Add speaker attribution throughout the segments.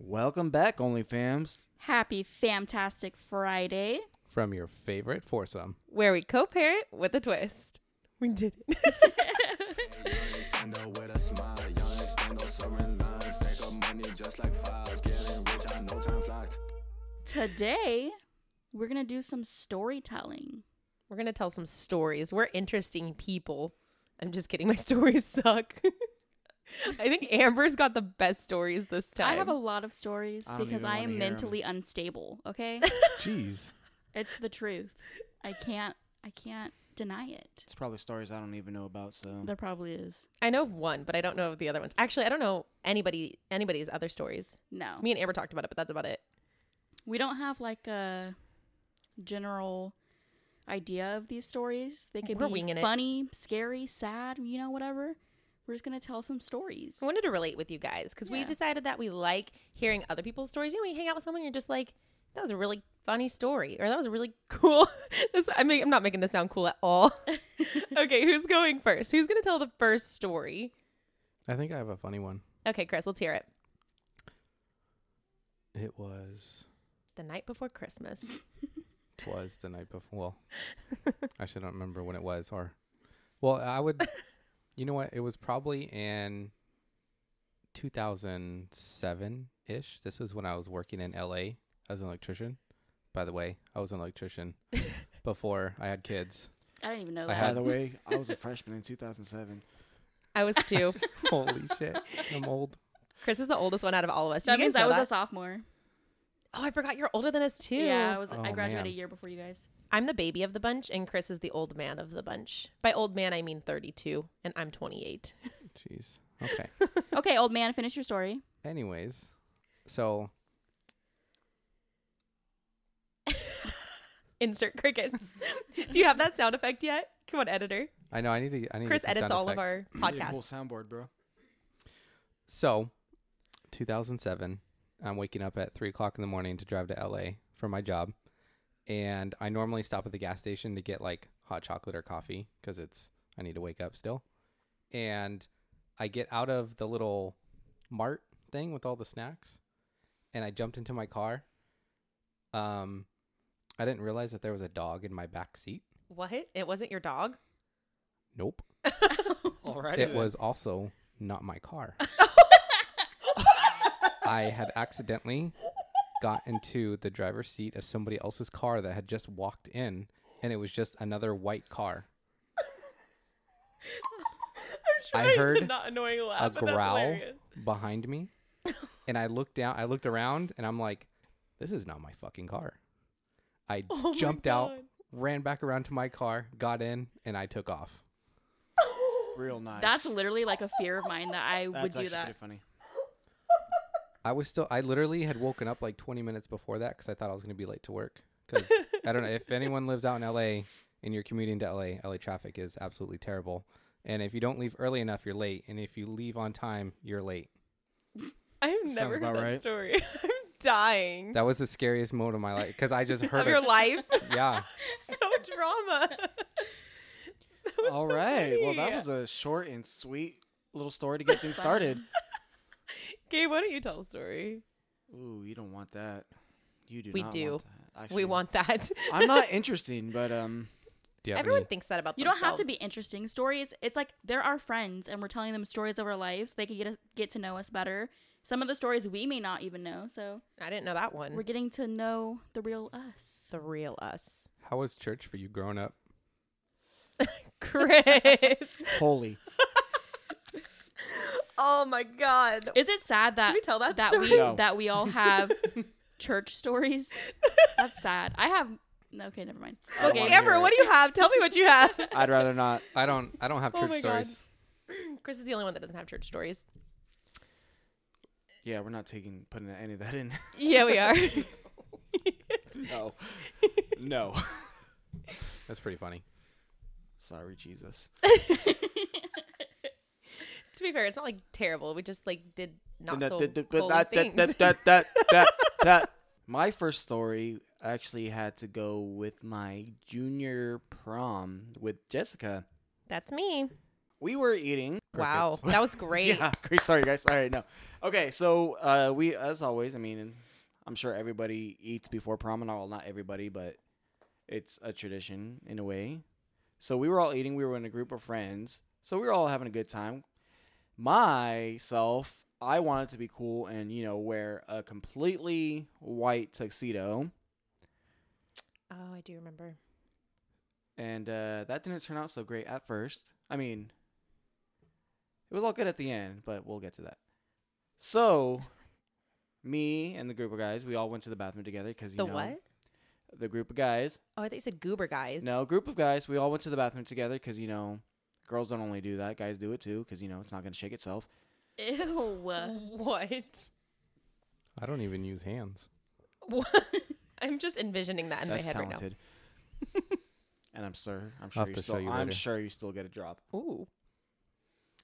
Speaker 1: Welcome back, OnlyFams.
Speaker 2: Happy Fantastic Friday,
Speaker 3: from your favorite foursome.
Speaker 4: where we co-parent with a twist. We did it.
Speaker 5: Send her with a smile, y'all extend no certain lines. Take up money just like files. Getting rich, I know time flies.
Speaker 2: today we're gonna do some storytelling.
Speaker 4: We're gonna tell some stories. We're interesting people. I'm just kidding. My stories suck. I think Amber's got the best stories this time.
Speaker 2: I have a lot of stories
Speaker 1: I don't
Speaker 2: because
Speaker 1: even
Speaker 2: I
Speaker 1: wanna
Speaker 2: am
Speaker 1: hear 'em.
Speaker 2: mentally unstable. Okay,
Speaker 3: Jeez.
Speaker 2: it's the truth. I can't. I can't deny it.
Speaker 1: It's probably stories I don't even know about, so
Speaker 2: There probably is
Speaker 4: I know of one, but I don't know of the other ones. Actually, I don't know anybody anybody's other stories.
Speaker 2: no.
Speaker 4: Me and Amber talked about it, but that's about it.
Speaker 2: we don't have like a general idea of these stories. They could
Speaker 4: We're
Speaker 2: be
Speaker 4: winging it.
Speaker 2: funny, scary, sad, you know, whatever. We're just gonna tell some stories.
Speaker 4: I wanted to relate with you guys because we
Speaker 2: Yeah.
Speaker 4: decided that we like hearing other people's stories. You know, when you hang out with someone, you're just like, that was a really funny story, or that was really cool. this, I mean, I'm not making this sound cool at all. okay, who's going first? Who's going to tell the first story?
Speaker 3: I think I have a funny one.
Speaker 4: Okay, Chris, let's hear it.
Speaker 3: It was
Speaker 4: The night before Christmas.
Speaker 3: was the night before. Well, actually, I don't remember when it was. Or, well, I would. You know what? It was probably in 2007 ish. This was when I was working in LA as an electrician. By the way, I was an electrician before I had kids.
Speaker 2: I didn't even know
Speaker 3: I
Speaker 2: that.
Speaker 1: by
Speaker 3: had-
Speaker 1: the way, I was a freshman in 2007.
Speaker 4: I was two.
Speaker 3: Holy shit, I'm old.
Speaker 4: Chris is the oldest one out of all of us. Did
Speaker 2: that
Speaker 4: you guys
Speaker 2: means
Speaker 4: know
Speaker 2: I was a
Speaker 4: that?
Speaker 2: sophomore.
Speaker 4: oh, I forgot you're older than us too.
Speaker 2: Yeah, I was.
Speaker 3: Oh,
Speaker 2: I graduated
Speaker 3: man.
Speaker 2: a year before you guys.
Speaker 4: I'm the baby of the bunch, and Chris is the old man of the bunch. By old man, I mean 32, and I'm 28.
Speaker 3: Jeez. Okay.
Speaker 2: Okay, old man, finish your story.
Speaker 3: Anyways, so
Speaker 4: Insert crickets. Do you have that sound effect yet? Come on, editor.
Speaker 3: I know I need to. I need
Speaker 4: Chris
Speaker 3: to get some sound
Speaker 4: edits all of
Speaker 3: effects.
Speaker 4: our
Speaker 1: Need a whole
Speaker 4: podcasts.
Speaker 1: soundboard, bro.
Speaker 3: So, 2007, I'm waking up at 3 o'clock in the morning to drive to LA for my job. And I normally stop at the gas station to get like hot chocolate or coffee because it's, I need to wake up still. And I get out of the little mart thing with all the snacks and I jumped into my car. Um, I didn't realize that there was a dog in my back seat.
Speaker 4: What? It wasn't your dog?
Speaker 3: Nope.
Speaker 1: All right.
Speaker 3: it was also not my car. I had accidentally got into the driver's seat of somebody else's car that had just walked in, and it was just another white car. I
Speaker 4: trying to
Speaker 3: heard
Speaker 4: not annoying laugh,
Speaker 3: A
Speaker 4: but that's
Speaker 3: growl
Speaker 4: hilarious.
Speaker 3: behind me, and I looked down. I looked around, and I'm like, "This is not my fucking car." I
Speaker 4: Oh my
Speaker 3: jumped out,
Speaker 4: God.
Speaker 3: ran back around to my car, got in, and I took off.
Speaker 1: real nice.
Speaker 2: That's literally like a fear of mine that I
Speaker 1: That's
Speaker 2: would do
Speaker 1: actually
Speaker 2: that.
Speaker 1: pretty funny.
Speaker 3: I was still. I literally had woken up like 20 minutes before that because I thought I was going to be late to work. Because I don't know if anyone lives out in LA and you're commuting to LA. LA traffic is absolutely terrible. And if you don't leave early enough, you're late. And if you leave on time, you're late.
Speaker 4: I have
Speaker 1: Sounds
Speaker 4: never
Speaker 1: about
Speaker 4: heard that
Speaker 1: right.
Speaker 4: story. I'm dying.
Speaker 3: That was the scariest moment of my life because I just
Speaker 4: of
Speaker 3: heard
Speaker 4: your
Speaker 3: it.
Speaker 4: life.
Speaker 3: Yeah,
Speaker 4: so drama.
Speaker 1: All right. Well, that
Speaker 4: funny.
Speaker 1: was a short and sweet little story to get things started.
Speaker 4: Gabe, why don't you tell a story?
Speaker 1: Ooh, you don't want that. You do.
Speaker 4: We
Speaker 1: not
Speaker 4: do.
Speaker 1: Want that.
Speaker 4: we
Speaker 1: Actually,
Speaker 4: want that.
Speaker 1: I'm not interesting, but um,
Speaker 3: Do you have
Speaker 4: Everyone
Speaker 3: any-
Speaker 4: thinks that about
Speaker 2: You don't have to be interesting. Stories, it's like they're our friends and we're telling them stories of our lives. They could get us, get to know us better. Some of the stories we may not even know, so
Speaker 4: I didn't know that one.
Speaker 2: we're getting to know the real us.
Speaker 4: the real us.
Speaker 3: how was church for you growing up?
Speaker 4: Chris.
Speaker 1: holy.
Speaker 4: oh my god.
Speaker 2: Is it sad that
Speaker 4: Did we tell that story?
Speaker 2: we
Speaker 1: No.
Speaker 2: that we all have church stories? That's sad. I have no, okay, never mind.
Speaker 1: I don't
Speaker 2: Okay,
Speaker 1: wanna
Speaker 4: Amber,
Speaker 1: hear
Speaker 4: what
Speaker 1: it.
Speaker 4: do you have? Tell me what you have.
Speaker 1: I'd rather not.
Speaker 3: I don't. I don't have
Speaker 4: Oh
Speaker 3: church
Speaker 4: my God.
Speaker 3: stories.
Speaker 4: Chris is the only one that doesn't have church stories.
Speaker 1: Yeah, we're not taking putting any of that in.
Speaker 4: Yeah, we are.
Speaker 1: no, no.
Speaker 3: That's pretty funny.
Speaker 1: Sorry, Jesus.
Speaker 4: to be fair, it's not like terrible. We just like did not
Speaker 1: That-
Speaker 4: so
Speaker 1: that- that-
Speaker 4: holy
Speaker 1: that-
Speaker 4: things.
Speaker 1: that- that- that- that- that- My first story actually had to go with my junior prom with Jessica.
Speaker 4: That's me.
Speaker 1: We were eating
Speaker 4: Wow,
Speaker 3: Crickets.
Speaker 4: that was great.
Speaker 1: Yeah, great. Sorry, guys. All right, no. Okay, so uh, we, as always, I mean, I'm sure everybody eats before prom, and all. Not everybody, but it's a tradition in a way. So we were all eating. We were in a group of friends, so we were all having a good time. Myself, I wanted to be cool and you know wear a completely white tuxedo,
Speaker 4: Oh, I do remember.
Speaker 1: and uh, that didn't turn out so great at first. I mean, it was all good at the end, but we'll get to that. So, me and the group of guys, we all went to the bathroom together because you
Speaker 4: The
Speaker 1: know
Speaker 4: what?
Speaker 1: the group of guys.
Speaker 4: Oh, I thought you said goober guys.
Speaker 1: No, group of guys. We all went to the bathroom together because you know, girls don't only do that. Guys do it too because you know it's not gonna shake itself.
Speaker 2: Ew.
Speaker 4: Uh, What?
Speaker 3: I don't even use hands.
Speaker 4: What? I'm just envisioning that in
Speaker 1: That's
Speaker 4: my head
Speaker 1: talented. and I'm sure I'm
Speaker 3: have
Speaker 1: sure you
Speaker 3: to show
Speaker 1: still
Speaker 3: you
Speaker 1: I'm
Speaker 3: later.
Speaker 1: sure you still get a drop.
Speaker 4: right now. Ooh.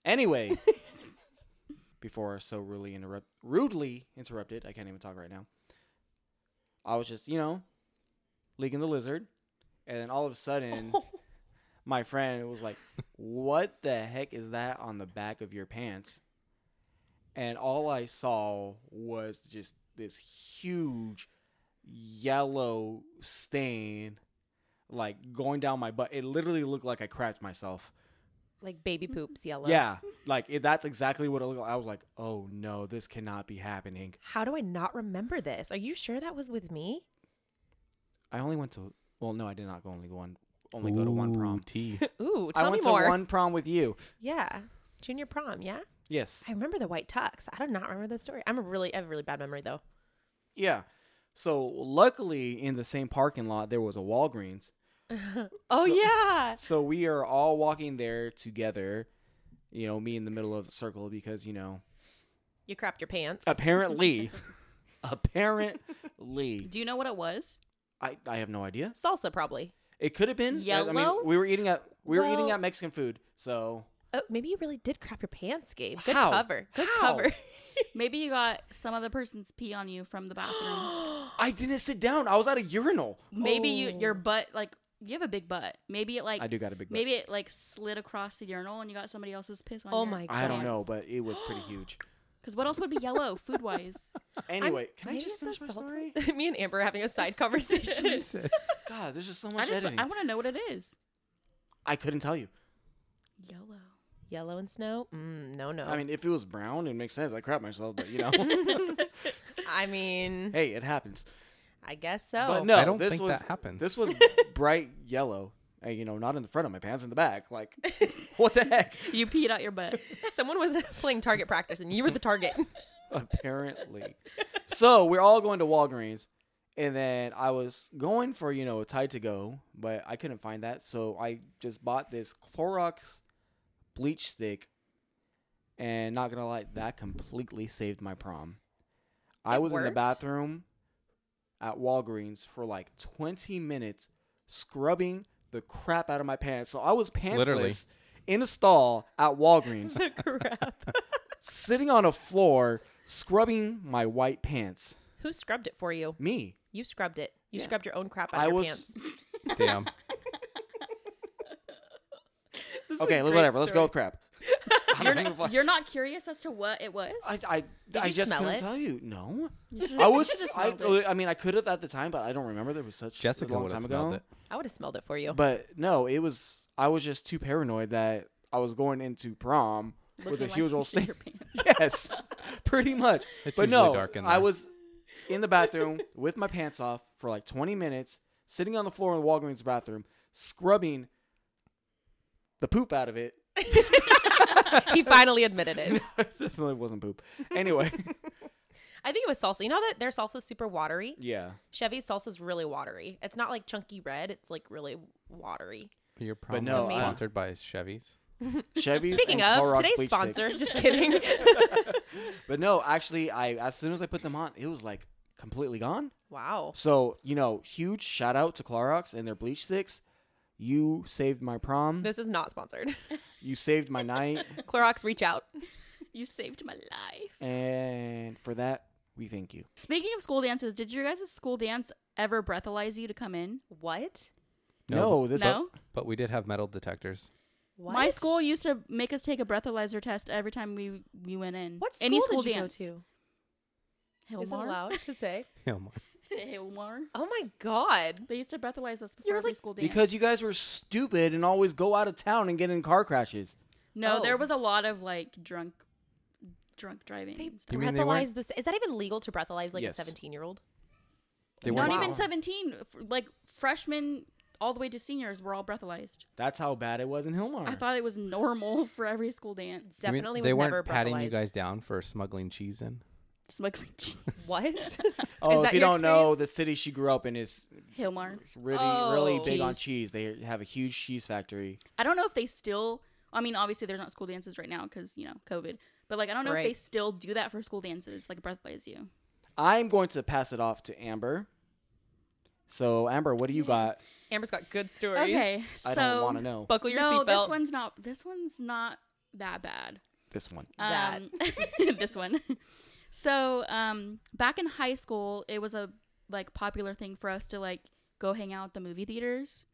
Speaker 1: Anyway, before so rudely interrupt rudely interrupted, I can't even talk right now. I was just you know, leaking the lizard, and then all of a sudden. my friend was like, "What the heck is that on the back of your pants?" And all I saw was just this huge yellow stain like going down my butt. It literally looked like I crapped myself.
Speaker 4: Like baby poops yellow.
Speaker 1: Yeah, like it, that's exactly what it looked like. I was like, "Oh no, this cannot be happening."
Speaker 4: How do I not remember this? Are you sure that was with me?
Speaker 1: I only went to well, no, I did not go only one only go to one
Speaker 3: Ooh,
Speaker 1: prom.
Speaker 3: Tea.
Speaker 4: Ooh,
Speaker 1: I
Speaker 4: tell me
Speaker 1: went to
Speaker 4: more.
Speaker 1: one prom with you.
Speaker 4: Yeah. Junior prom, yeah?
Speaker 1: Yes.
Speaker 4: I remember the white tux. I do not remember the story. I'm a really I have a really bad memory though.
Speaker 1: Yeah. So luckily, in the same parking lot, there was a Walgreens.
Speaker 4: Oh
Speaker 1: So-
Speaker 4: yeah.
Speaker 1: So we are all walking there together. You know, me in the middle of the circle because you know,
Speaker 4: You crapped your pants.
Speaker 1: apparently, apparently,
Speaker 2: Do you know what it was?
Speaker 1: I I have no idea.
Speaker 4: Salsa probably.
Speaker 1: It could have been I- I
Speaker 2: Yellow?
Speaker 1: mean, we were eating at we were eating
Speaker 4: Well-
Speaker 1: at Mexican food. So
Speaker 4: Oh, maybe you really did crap your pants, Gabe. Good
Speaker 1: How?
Speaker 4: cover. Good
Speaker 1: How?
Speaker 4: cover.
Speaker 2: Maybe you got some other person's pee on you from the bathroom.
Speaker 1: I didn't sit down. I was at a urinal.
Speaker 2: Maybe you your
Speaker 4: Oh.
Speaker 2: butt like you have a big butt. Maybe it like
Speaker 1: I do got a big. butt.
Speaker 2: maybe it like slid across the urinal and you got somebody else's piss on.
Speaker 4: Oh
Speaker 2: your
Speaker 4: my
Speaker 1: I don't know, but it was pretty huge.
Speaker 2: Because what else would be yellow food wise?
Speaker 1: Anyway, can I
Speaker 4: Maybe
Speaker 1: just
Speaker 4: it's the
Speaker 1: finish my story?
Speaker 4: salsa. me and Amber are having a side conversation.
Speaker 3: Jesus.
Speaker 1: God, there's just so
Speaker 2: I
Speaker 1: much
Speaker 2: just
Speaker 1: editing.
Speaker 2: I want to know what it is.
Speaker 1: I couldn't tell you.
Speaker 2: Yellow.
Speaker 4: Yellow and snow? Mm, no, no.
Speaker 2: Oh.
Speaker 1: I mean, if it was brown, it makes sense. I crap myself, but you know,
Speaker 4: I mean,
Speaker 1: hey, it happens.
Speaker 4: I guess
Speaker 2: Oh.
Speaker 4: so.
Speaker 1: eh, But no,
Speaker 3: I don't
Speaker 1: this
Speaker 3: think
Speaker 1: was,
Speaker 3: that happens.
Speaker 1: This was bright yellow. Uh, you know, not in the front of my pants, in the back. Like, what the heck?
Speaker 2: You peed out your butt.
Speaker 4: Someone was playing target practice and you were the target.
Speaker 1: Apparently. So we're all going to Walgreens, and then I was going for you know a Tide to go, but I couldn't find that, so I just bought this Clorox bleach stick, and not gonna lie, that completely saved my prom. I
Speaker 4: It
Speaker 1: was in the
Speaker 4: worked?
Speaker 1: bathroom at Walgreens for like 20 minutes scrubbing the crap out of my pants. So I was pantsless
Speaker 3: Literally.
Speaker 1: in a stall at Walgreens,
Speaker 4: the crap.
Speaker 1: sitting on a floor, scrubbing my white pants.
Speaker 4: Who scrubbed it for you?
Speaker 1: Me.
Speaker 4: You scrubbed it. You
Speaker 1: Yeah.
Speaker 4: scrubbed your own crap out of
Speaker 1: I
Speaker 4: your
Speaker 1: was
Speaker 4: pants.
Speaker 3: Damn.
Speaker 4: This is a
Speaker 1: Okay,
Speaker 4: great
Speaker 1: whatever. Let's go
Speaker 4: story.
Speaker 1: with crap. I'm
Speaker 2: You're
Speaker 1: not even
Speaker 2: not,
Speaker 1: fuck-
Speaker 2: you're not curious as to what it was.
Speaker 1: I, I, I
Speaker 4: you
Speaker 1: just
Speaker 4: smell
Speaker 1: couldn't
Speaker 4: it?
Speaker 1: tell you. No.
Speaker 2: You should've-
Speaker 1: I
Speaker 2: you
Speaker 1: was.
Speaker 2: should've
Speaker 1: I,
Speaker 2: smelled it.
Speaker 1: I mean, I could have at the time, but I don't remember. There was such a
Speaker 3: Jessica
Speaker 1: long
Speaker 3: would have
Speaker 1: time
Speaker 3: smelled
Speaker 1: ago.
Speaker 3: it.
Speaker 4: I would have smelled it for you.
Speaker 1: But no, it was. I was just too paranoid that I was going into prom with
Speaker 2: Looking
Speaker 1: a
Speaker 2: like
Speaker 1: huge
Speaker 2: you
Speaker 1: old
Speaker 2: shit
Speaker 1: stain.
Speaker 2: your pants.
Speaker 1: yes, pretty much.
Speaker 3: It's
Speaker 1: but
Speaker 3: usually
Speaker 1: no,
Speaker 3: dark in
Speaker 1: I
Speaker 3: there.
Speaker 1: was in the bathroom with my pants off for like 20 minutes, sitting on the floor in the Walgreens bathroom, scrubbing the poop out of it.
Speaker 4: he finally admitted it.
Speaker 1: it definitely wasn't poop. Anyway,
Speaker 4: I think it was salsa. You know that their salsa's super watery.
Speaker 1: yeah.
Speaker 4: Chevy's salsa's really watery. It's not like chunky red. It's like really watery.
Speaker 3: Your prom
Speaker 1: no,
Speaker 3: was
Speaker 1: I-
Speaker 3: sponsored by Chevy's.
Speaker 1: Chevy's
Speaker 4: Speaking
Speaker 1: and
Speaker 4: of
Speaker 1: Clorox
Speaker 4: today's
Speaker 1: bleach stick.
Speaker 4: sponsor, just kidding.
Speaker 1: But no, actually, I as soon as I put them on, it was like completely gone.
Speaker 4: wow.
Speaker 1: So you know, huge shout out to Clorox and their bleach sticks. You saved my prom.
Speaker 4: This is not sponsored.
Speaker 1: you saved my night,
Speaker 4: Clorox, reach out.
Speaker 2: You saved my life.
Speaker 1: and for that, we thank you.
Speaker 2: Speaking of school dances, did your guys' school dance ever breathalyze you to come in?
Speaker 4: What?
Speaker 1: No, this
Speaker 2: No?
Speaker 3: But we did have metal detectors.
Speaker 4: What?
Speaker 2: My school used to make us take a breathalyzer test every time we, we went in.
Speaker 4: What school,
Speaker 2: Any school
Speaker 4: did you
Speaker 2: dance.
Speaker 4: go to?
Speaker 2: Hilmar.
Speaker 4: Is it allowed to say?
Speaker 3: Hillmar.
Speaker 2: Hilmar.
Speaker 4: Oh my god.
Speaker 2: They used to breathalyze us before
Speaker 4: You're
Speaker 2: every
Speaker 4: like-
Speaker 2: school dance.
Speaker 1: Because you guys were stupid and always go out of town and get in car crashes.
Speaker 2: No,
Speaker 4: Oh.
Speaker 2: there was a lot of like drunk, drunk driving.
Speaker 4: They
Speaker 2: and stuff.
Speaker 3: You mean they weren't-
Speaker 4: breathalyze this. Is that even legal to breathalyze like
Speaker 1: Yes.
Speaker 4: a 17 year old?
Speaker 3: They
Speaker 2: Not
Speaker 3: weren't-
Speaker 2: even seventeen. f- Like freshmen all the way to seniors were all breathalyzed.
Speaker 1: That's how bad it was in Hillmar.
Speaker 2: I thought it was normal for every school dance.
Speaker 3: You mean
Speaker 4: Definitely
Speaker 3: they
Speaker 4: was
Speaker 3: weren't
Speaker 4: never
Speaker 3: patting you
Speaker 4: breathalyzed.
Speaker 3: guys down for smuggling cheese in.
Speaker 2: Smuggling cheese.
Speaker 4: What? Is
Speaker 1: oh, if
Speaker 4: that
Speaker 1: you
Speaker 4: your
Speaker 1: don't know, the city she grew up in is
Speaker 2: Hillmar.
Speaker 1: really, really
Speaker 4: Oh.
Speaker 1: big on cheese.
Speaker 4: Cheese.
Speaker 1: They have a huge cheese factory.
Speaker 2: I don't know if they still. I mean, obviously, there's not school dances right now because you know COVID. But like, I don't know if they
Speaker 4: Right.
Speaker 2: still do that for school dances, like breathalyze you.
Speaker 1: I'm going to pass it off to Amber. So, Amber, what do you got?
Speaker 4: Amber's got good stories.
Speaker 2: Okay, so
Speaker 1: I don't want to know
Speaker 4: Buckle your
Speaker 2: no, this
Speaker 4: seatbelt.
Speaker 2: one's not. This one's not that bad.
Speaker 1: this one.
Speaker 4: That.
Speaker 2: Um, this one. So um, back in high school, it was a like popular thing for us to like go hang out at the movie theaters,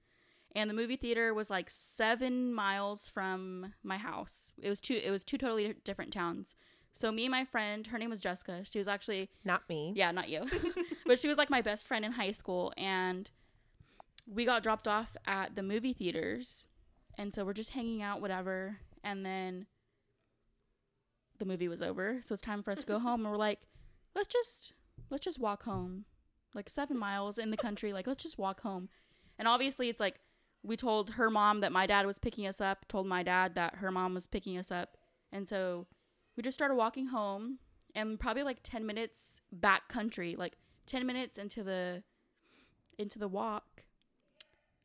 Speaker 2: and the movie theater was like seven miles from my house. It was two. It was two totally different towns. So me and my friend, her name was Jessica. She was actually
Speaker 4: Not me.
Speaker 2: yeah, not you. but she was like my best friend in high school and we got dropped off at the movie theaters. And so we're just hanging out whatever and then the movie was over. So it's time for us to go home and we're like, let's just let's just walk home. Like 7 miles in the country, like let's just walk home. And obviously it's like we told her mom that my dad was picking us up, told my dad that her mom was picking us up. And so we just started walking home and probably like 10 minutes back country like 10 minutes into the into the walk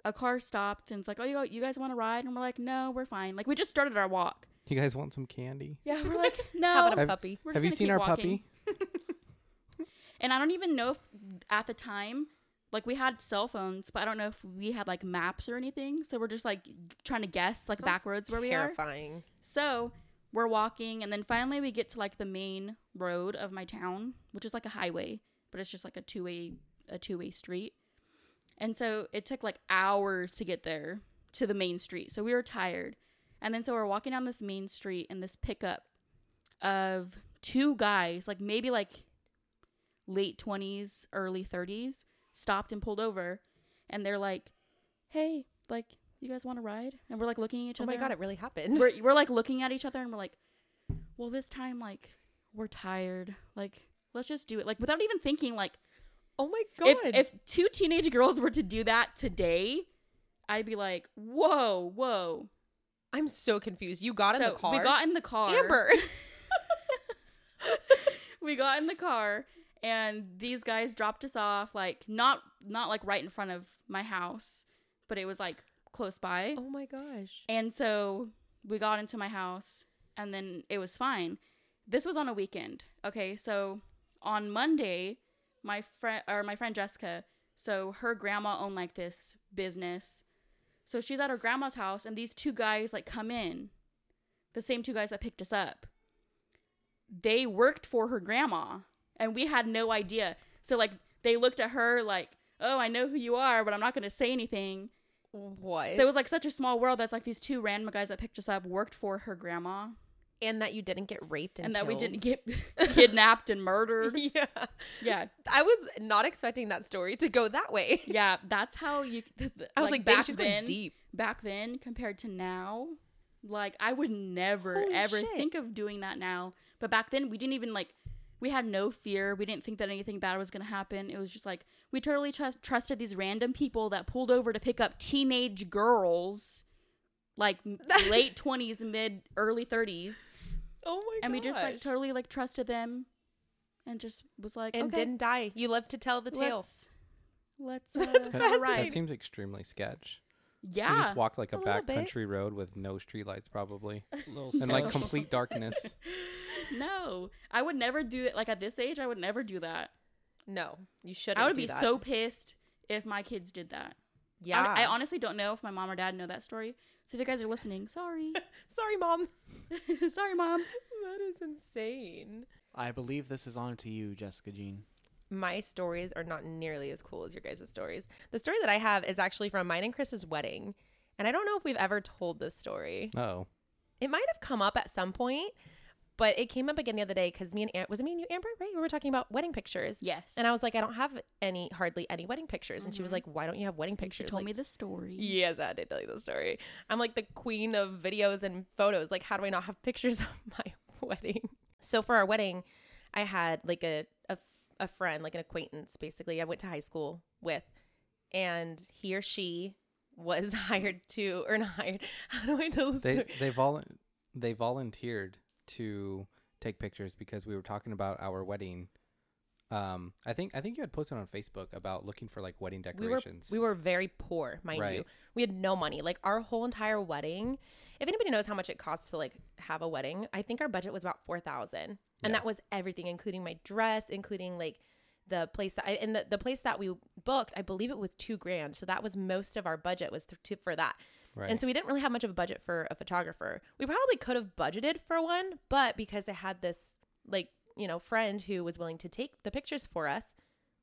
Speaker 2: a car stopped and it's like oh you, you guys want to ride and we're like no we're fine like we just started our walk
Speaker 3: You guys want some candy?
Speaker 2: yeah we're like
Speaker 4: How about
Speaker 2: no
Speaker 4: a
Speaker 3: I've-
Speaker 4: puppy?
Speaker 2: we're just
Speaker 3: Have you
Speaker 2: gonna
Speaker 3: seen
Speaker 2: keep
Speaker 3: our
Speaker 2: walking."
Speaker 3: puppy?
Speaker 2: and i don't even know if at the time like we had cell phones but i don't know if we had like maps or anything so we're just like trying to guess like back roads where we are
Speaker 4: Terrifying.
Speaker 2: So we're walking, and then finally we get to like the main road of my town, which is like a highway, but it's just like a two way a two way street. And so it took like hours to get there to the main street. So we were tired, and then so we're walking down this main street in this pickup of two guys, like maybe like late twenties, early thirties, stopped and pulled over, and they're like, "Hey, like." You guys want to ride? And we're like looking at each
Speaker 4: Oh
Speaker 2: other
Speaker 4: my god, it really happened.
Speaker 2: we're, we're like looking at each other and we're like, well, this time, like, we're tired. Like, let's just do it. Like, without even thinking, like,
Speaker 4: oh my
Speaker 2: if,
Speaker 4: god.
Speaker 2: if two teenage girls were to do that today, I'd be like, whoa, whoa.
Speaker 4: I'm so confused. You got in
Speaker 2: So
Speaker 4: the car.
Speaker 2: We got in the car.
Speaker 4: Amber.
Speaker 2: we got in the car and these guys dropped us off, like, not, not like right in front of my house, but it was like close by.
Speaker 4: oh my gosh.
Speaker 2: And so we got into my house and then it was fine. This was on a weekend. Okay, so on Monday, my friend or my friend Jessica, so her grandma owned like this business. So she's at her grandma's house and these two guys like come in. The same two guys that picked us up. They worked for her grandma and we had no idea. So like they looked at her like, "Oh, I know who you are, but I'm not going to say anything."
Speaker 4: What?
Speaker 2: So it was like such a small world that's like these two random guys that picked us up worked for her grandma
Speaker 4: and that you didn't get raped and,
Speaker 2: and that we didn't
Speaker 4: killed.
Speaker 2: get kidnapped and murdered.
Speaker 4: yeah.
Speaker 2: Yeah.
Speaker 4: I was not expecting that story to go that way.
Speaker 2: Yeah, that's how you
Speaker 4: I was like, "Dang, she's going
Speaker 2: then,
Speaker 4: deep."
Speaker 2: Back then compared to now, like I would never
Speaker 4: Holy
Speaker 2: ever
Speaker 4: shit.
Speaker 2: think of doing that now. But back then we didn't even like we had no fear. We didn't think that anything bad was going to happen. It was just like we totally trust trusted these random people that pulled over to pick up teenage girls like m- late 20s, mid early 30s.
Speaker 4: Oh my
Speaker 2: and we just like
Speaker 4: gosh.
Speaker 2: totally like trusted them and just was like
Speaker 4: and
Speaker 2: okay,
Speaker 4: didn't die. You lived to tell the tale.
Speaker 2: let's let's uh,
Speaker 4: That's
Speaker 2: have a
Speaker 3: That,
Speaker 2: ride.
Speaker 3: that seems extremely sketch. You
Speaker 2: yeah
Speaker 3: just walked like a,
Speaker 4: a little
Speaker 3: back
Speaker 4: bit.
Speaker 3: country road with no streetlights, probably,
Speaker 1: Little
Speaker 3: and like
Speaker 1: sus.
Speaker 3: complete darkness.
Speaker 2: no i would never do it like at this age i would never do that
Speaker 4: No, you shouldn't.
Speaker 2: i would
Speaker 4: do
Speaker 2: be
Speaker 4: that.
Speaker 2: so pissed if my kids did that
Speaker 4: Yeah.
Speaker 2: I, I honestly don't know if my mom or dad know that story so if you guys are listening sorry
Speaker 4: Sorry, mom.
Speaker 2: sorry mom
Speaker 4: That is insane.
Speaker 1: I believe this is on to you, Jessica Jean.
Speaker 4: my stories are not nearly as cool as your guys' stories. The story that I have is actually from mine and Chris's wedding. And I don't know if we've ever told this story.
Speaker 3: Oh,
Speaker 4: It might have come up at some point, but it came up again the other day because me and Am- was it me and you, Amber? Right? We were talking about wedding pictures.
Speaker 2: Yes.
Speaker 4: And I was like, I don't have any, hardly any wedding pictures. And she was like, Why don't you have wedding
Speaker 2: Mm-hmm. And she
Speaker 4: pictures?
Speaker 2: told
Speaker 4: Like,
Speaker 2: me the story.
Speaker 4: Yes, I did tell you the story. I'm like the queen of videos and photos. Like, how do I not have pictures of my wedding? So for our wedding, I had like a a, f- a friend, like an acquaintance, basically. I went to high school with, and he or she was hired to or not hired. How do I tell this?
Speaker 3: they
Speaker 4: story?
Speaker 3: they volu- they volunteered to take pictures because we were talking about our wedding. Um, I think I think you had posted on Facebook about looking for like wedding
Speaker 4: we were
Speaker 3: decorations.
Speaker 4: we were very poor, mind you.
Speaker 3: Right.
Speaker 4: We had no money. Like our whole entire wedding. If anybody knows how much it costs to like have a wedding, I think our budget was about four thousand, and
Speaker 3: Yeah.
Speaker 4: that was everything, including my dress, including like the place that I, and the, the place that we booked. I believe it was two grand, so that was most of our budget was th- to, for that.
Speaker 3: right.
Speaker 4: And so we didn't really have much of a budget for a photographer. We probably could have budgeted for one, but because I had this like, you know, friend who was willing to take the pictures for us,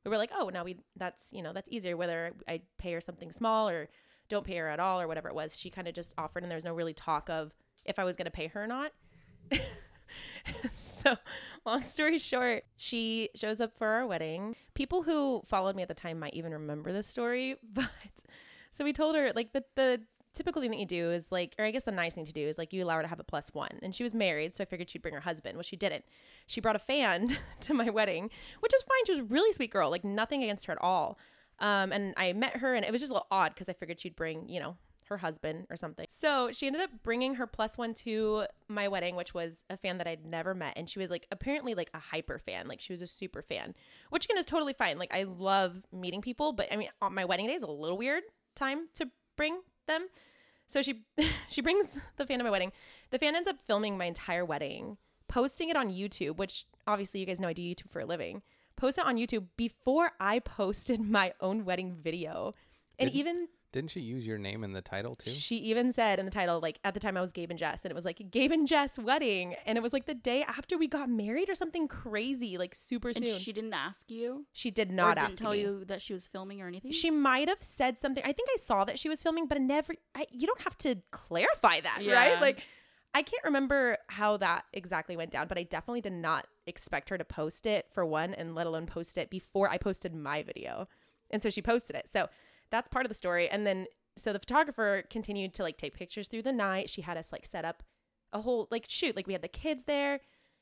Speaker 4: we were like, "Oh, now we that's, you know, that's easier whether I pay her something small or don't pay her at all or whatever it was." She kind of just offered and there was no really talk of if I was going to pay her or not. so, long story short, she shows up for our wedding. People who followed me at the time might even remember this story, but so we told her like the the typical thing that you do is like, or I guess the nice thing to do is like you allow her to have a plus one. And she was married, so I figured she'd bring her husband. Well, she didn't. She brought a fan to my wedding, which is fine. She was a really sweet girl, like nothing against her at all. Um, and I met her, and it was just a little odd because I figured she'd bring, you know, her husband or something. So she ended up bringing her plus one to my wedding, which was a fan that I'd never met. And she was like apparently like a hyper fan. Like she was a super fan, which again is totally fine. Like I love meeting people, but I mean, on my wedding day is a little weird time to bring them. So she she brings the fan to my wedding. The fan ends up filming my entire wedding, posting it on YouTube, which obviously you guys know I do YouTube for a living. Post it on YouTube before I posted my own wedding video. And
Speaker 3: Didn't-
Speaker 4: even
Speaker 3: Didn't she use your name in the title too?
Speaker 4: she even said in the title, like at the time I was Gabe and Jess, and it was like Gabe and Jess wedding, and it was like the day after we got married or something crazy, like super soon.
Speaker 2: And
Speaker 4: She,
Speaker 2: she didn't ask you.
Speaker 4: did not
Speaker 2: or
Speaker 4: ask
Speaker 2: didn't tell
Speaker 4: me.
Speaker 2: you that she was filming or anything.
Speaker 4: She might have said something. I think I saw that she was filming, but I never. I, you don't have to clarify that,
Speaker 2: Yeah.
Speaker 4: right? Like, I can't remember how that exactly went down, but I definitely did not expect her to post it for one, and let alone post it before I posted my video. And so she posted it. So that's part of the story. And then so the photographer continued to like take pictures through the night. She had us like set up a whole like shoot. Like we had the kids there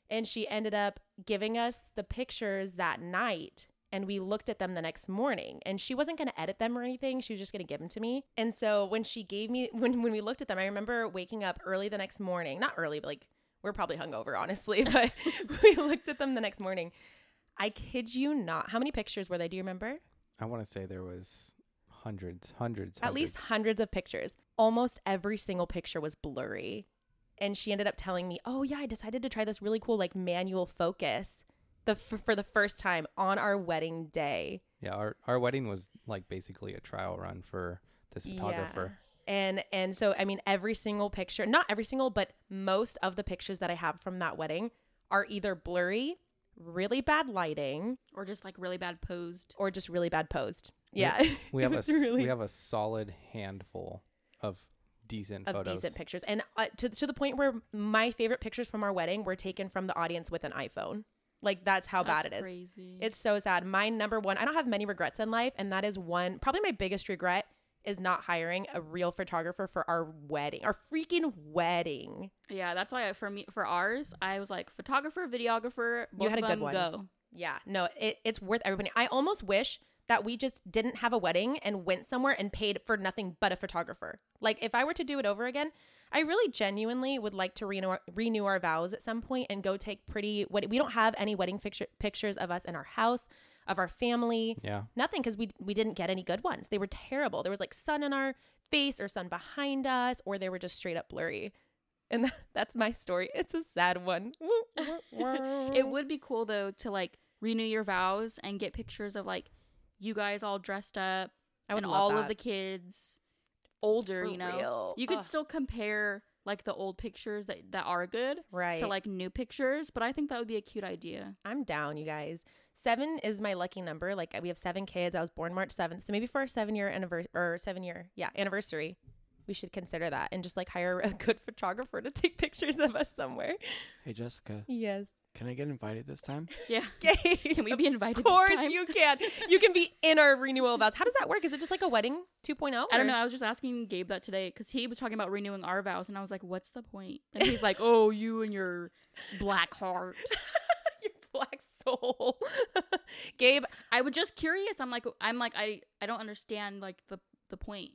Speaker 4: and she ended up giving us the pictures that night and we looked at them the next morning and she wasn't going to edit them or anything she was just going to give them to me and so when she gave me when when we looked at them i remember waking up early the next morning not early but like we're probably hungover honestly but we looked at them the next morning i kid you not how many pictures were there do you remember
Speaker 3: I want to say there was hundreds, hundreds,
Speaker 4: at least
Speaker 3: hundreds.
Speaker 4: hundreds of pictures. Almost every single picture was blurry. And she ended up telling me, "Oh yeah, I decided to try this really cool like manual focus the for, for the first time on our wedding day."
Speaker 3: Yeah, our our wedding was like basically a trial run for this photographer.
Speaker 4: Yeah. And and so I mean every single picture, not every single, but most of the pictures that I have from that wedding are either blurry, really bad lighting,
Speaker 2: or just like really bad posed.
Speaker 4: or just really bad posed.
Speaker 3: We-
Speaker 4: Yeah.
Speaker 3: We
Speaker 4: It
Speaker 3: have a
Speaker 4: was
Speaker 3: s- we have a solid handful of decent
Speaker 4: of
Speaker 3: photos.
Speaker 4: decent pictures, and uh, to to the point where my favorite pictures from our wedding were taken from the audience with an iPhone. Like that's how bad it is.
Speaker 2: Crazy.
Speaker 4: It's so sad. My number one. I don't have many regrets in life, and that is one. Probably my biggest regret is not hiring a real photographer for our wedding, our freaking wedding.
Speaker 2: yeah, that's why I, for me for ours, I was like photographer, videographer. Both
Speaker 4: had
Speaker 2: of
Speaker 4: a good
Speaker 2: them
Speaker 4: one.
Speaker 2: Go.
Speaker 4: Yeah, no, it, it's worth everybody. I almost wish that we just didn't have a wedding and went somewhere and paid for nothing but a photographer. Like, if I were to do it over again, I really genuinely would like to renew our, renew our vows at some point and go take pretty. What we don't have any wedding picture, pictures of us in our house, of our family,
Speaker 3: Yeah.
Speaker 4: nothing because we we didn't get any good ones. They were terrible. There was like sun in our face or sun behind us, or they were just straight up blurry. And that's my story. It's a sad one.
Speaker 2: It would be cool though to like renew your vows and get pictures of like you guys all dressed up
Speaker 4: I would
Speaker 2: and
Speaker 4: love
Speaker 2: all
Speaker 4: that.
Speaker 2: of the kids older,
Speaker 4: For
Speaker 2: you know.
Speaker 4: real.
Speaker 2: You could
Speaker 4: Ugh.
Speaker 2: still compare like the old pictures that that are good
Speaker 4: right
Speaker 2: to like new pictures, but I think that would be a cute idea.
Speaker 4: I'm down, you guys. Seven is my lucky number. Like we have seven kids. I was born March seventh, so maybe for our seven year anniversary or seven year yeah anniversary, we should consider that and just like hire a good photographer to take pictures of us somewhere.
Speaker 1: Hey Jessica,
Speaker 4: Yes.
Speaker 1: can I get invited this time?
Speaker 2: Yeah.
Speaker 4: Okay.
Speaker 2: Can we be invited
Speaker 4: Of
Speaker 2: this
Speaker 4: course
Speaker 2: time?
Speaker 4: you can. You can be in our renewal vows. How does that work? Is it just like a wedding 2.0?
Speaker 2: I don't
Speaker 4: or-
Speaker 2: know. I was just asking Gabe that today because he was talking about renewing our vows, and I was like, "What's the point?" And he's like, "Oh, you and your black heart."
Speaker 4: Your black soul. Gabe,
Speaker 2: I was just curious. I'm like, I'm like, I I don't understand like the the point.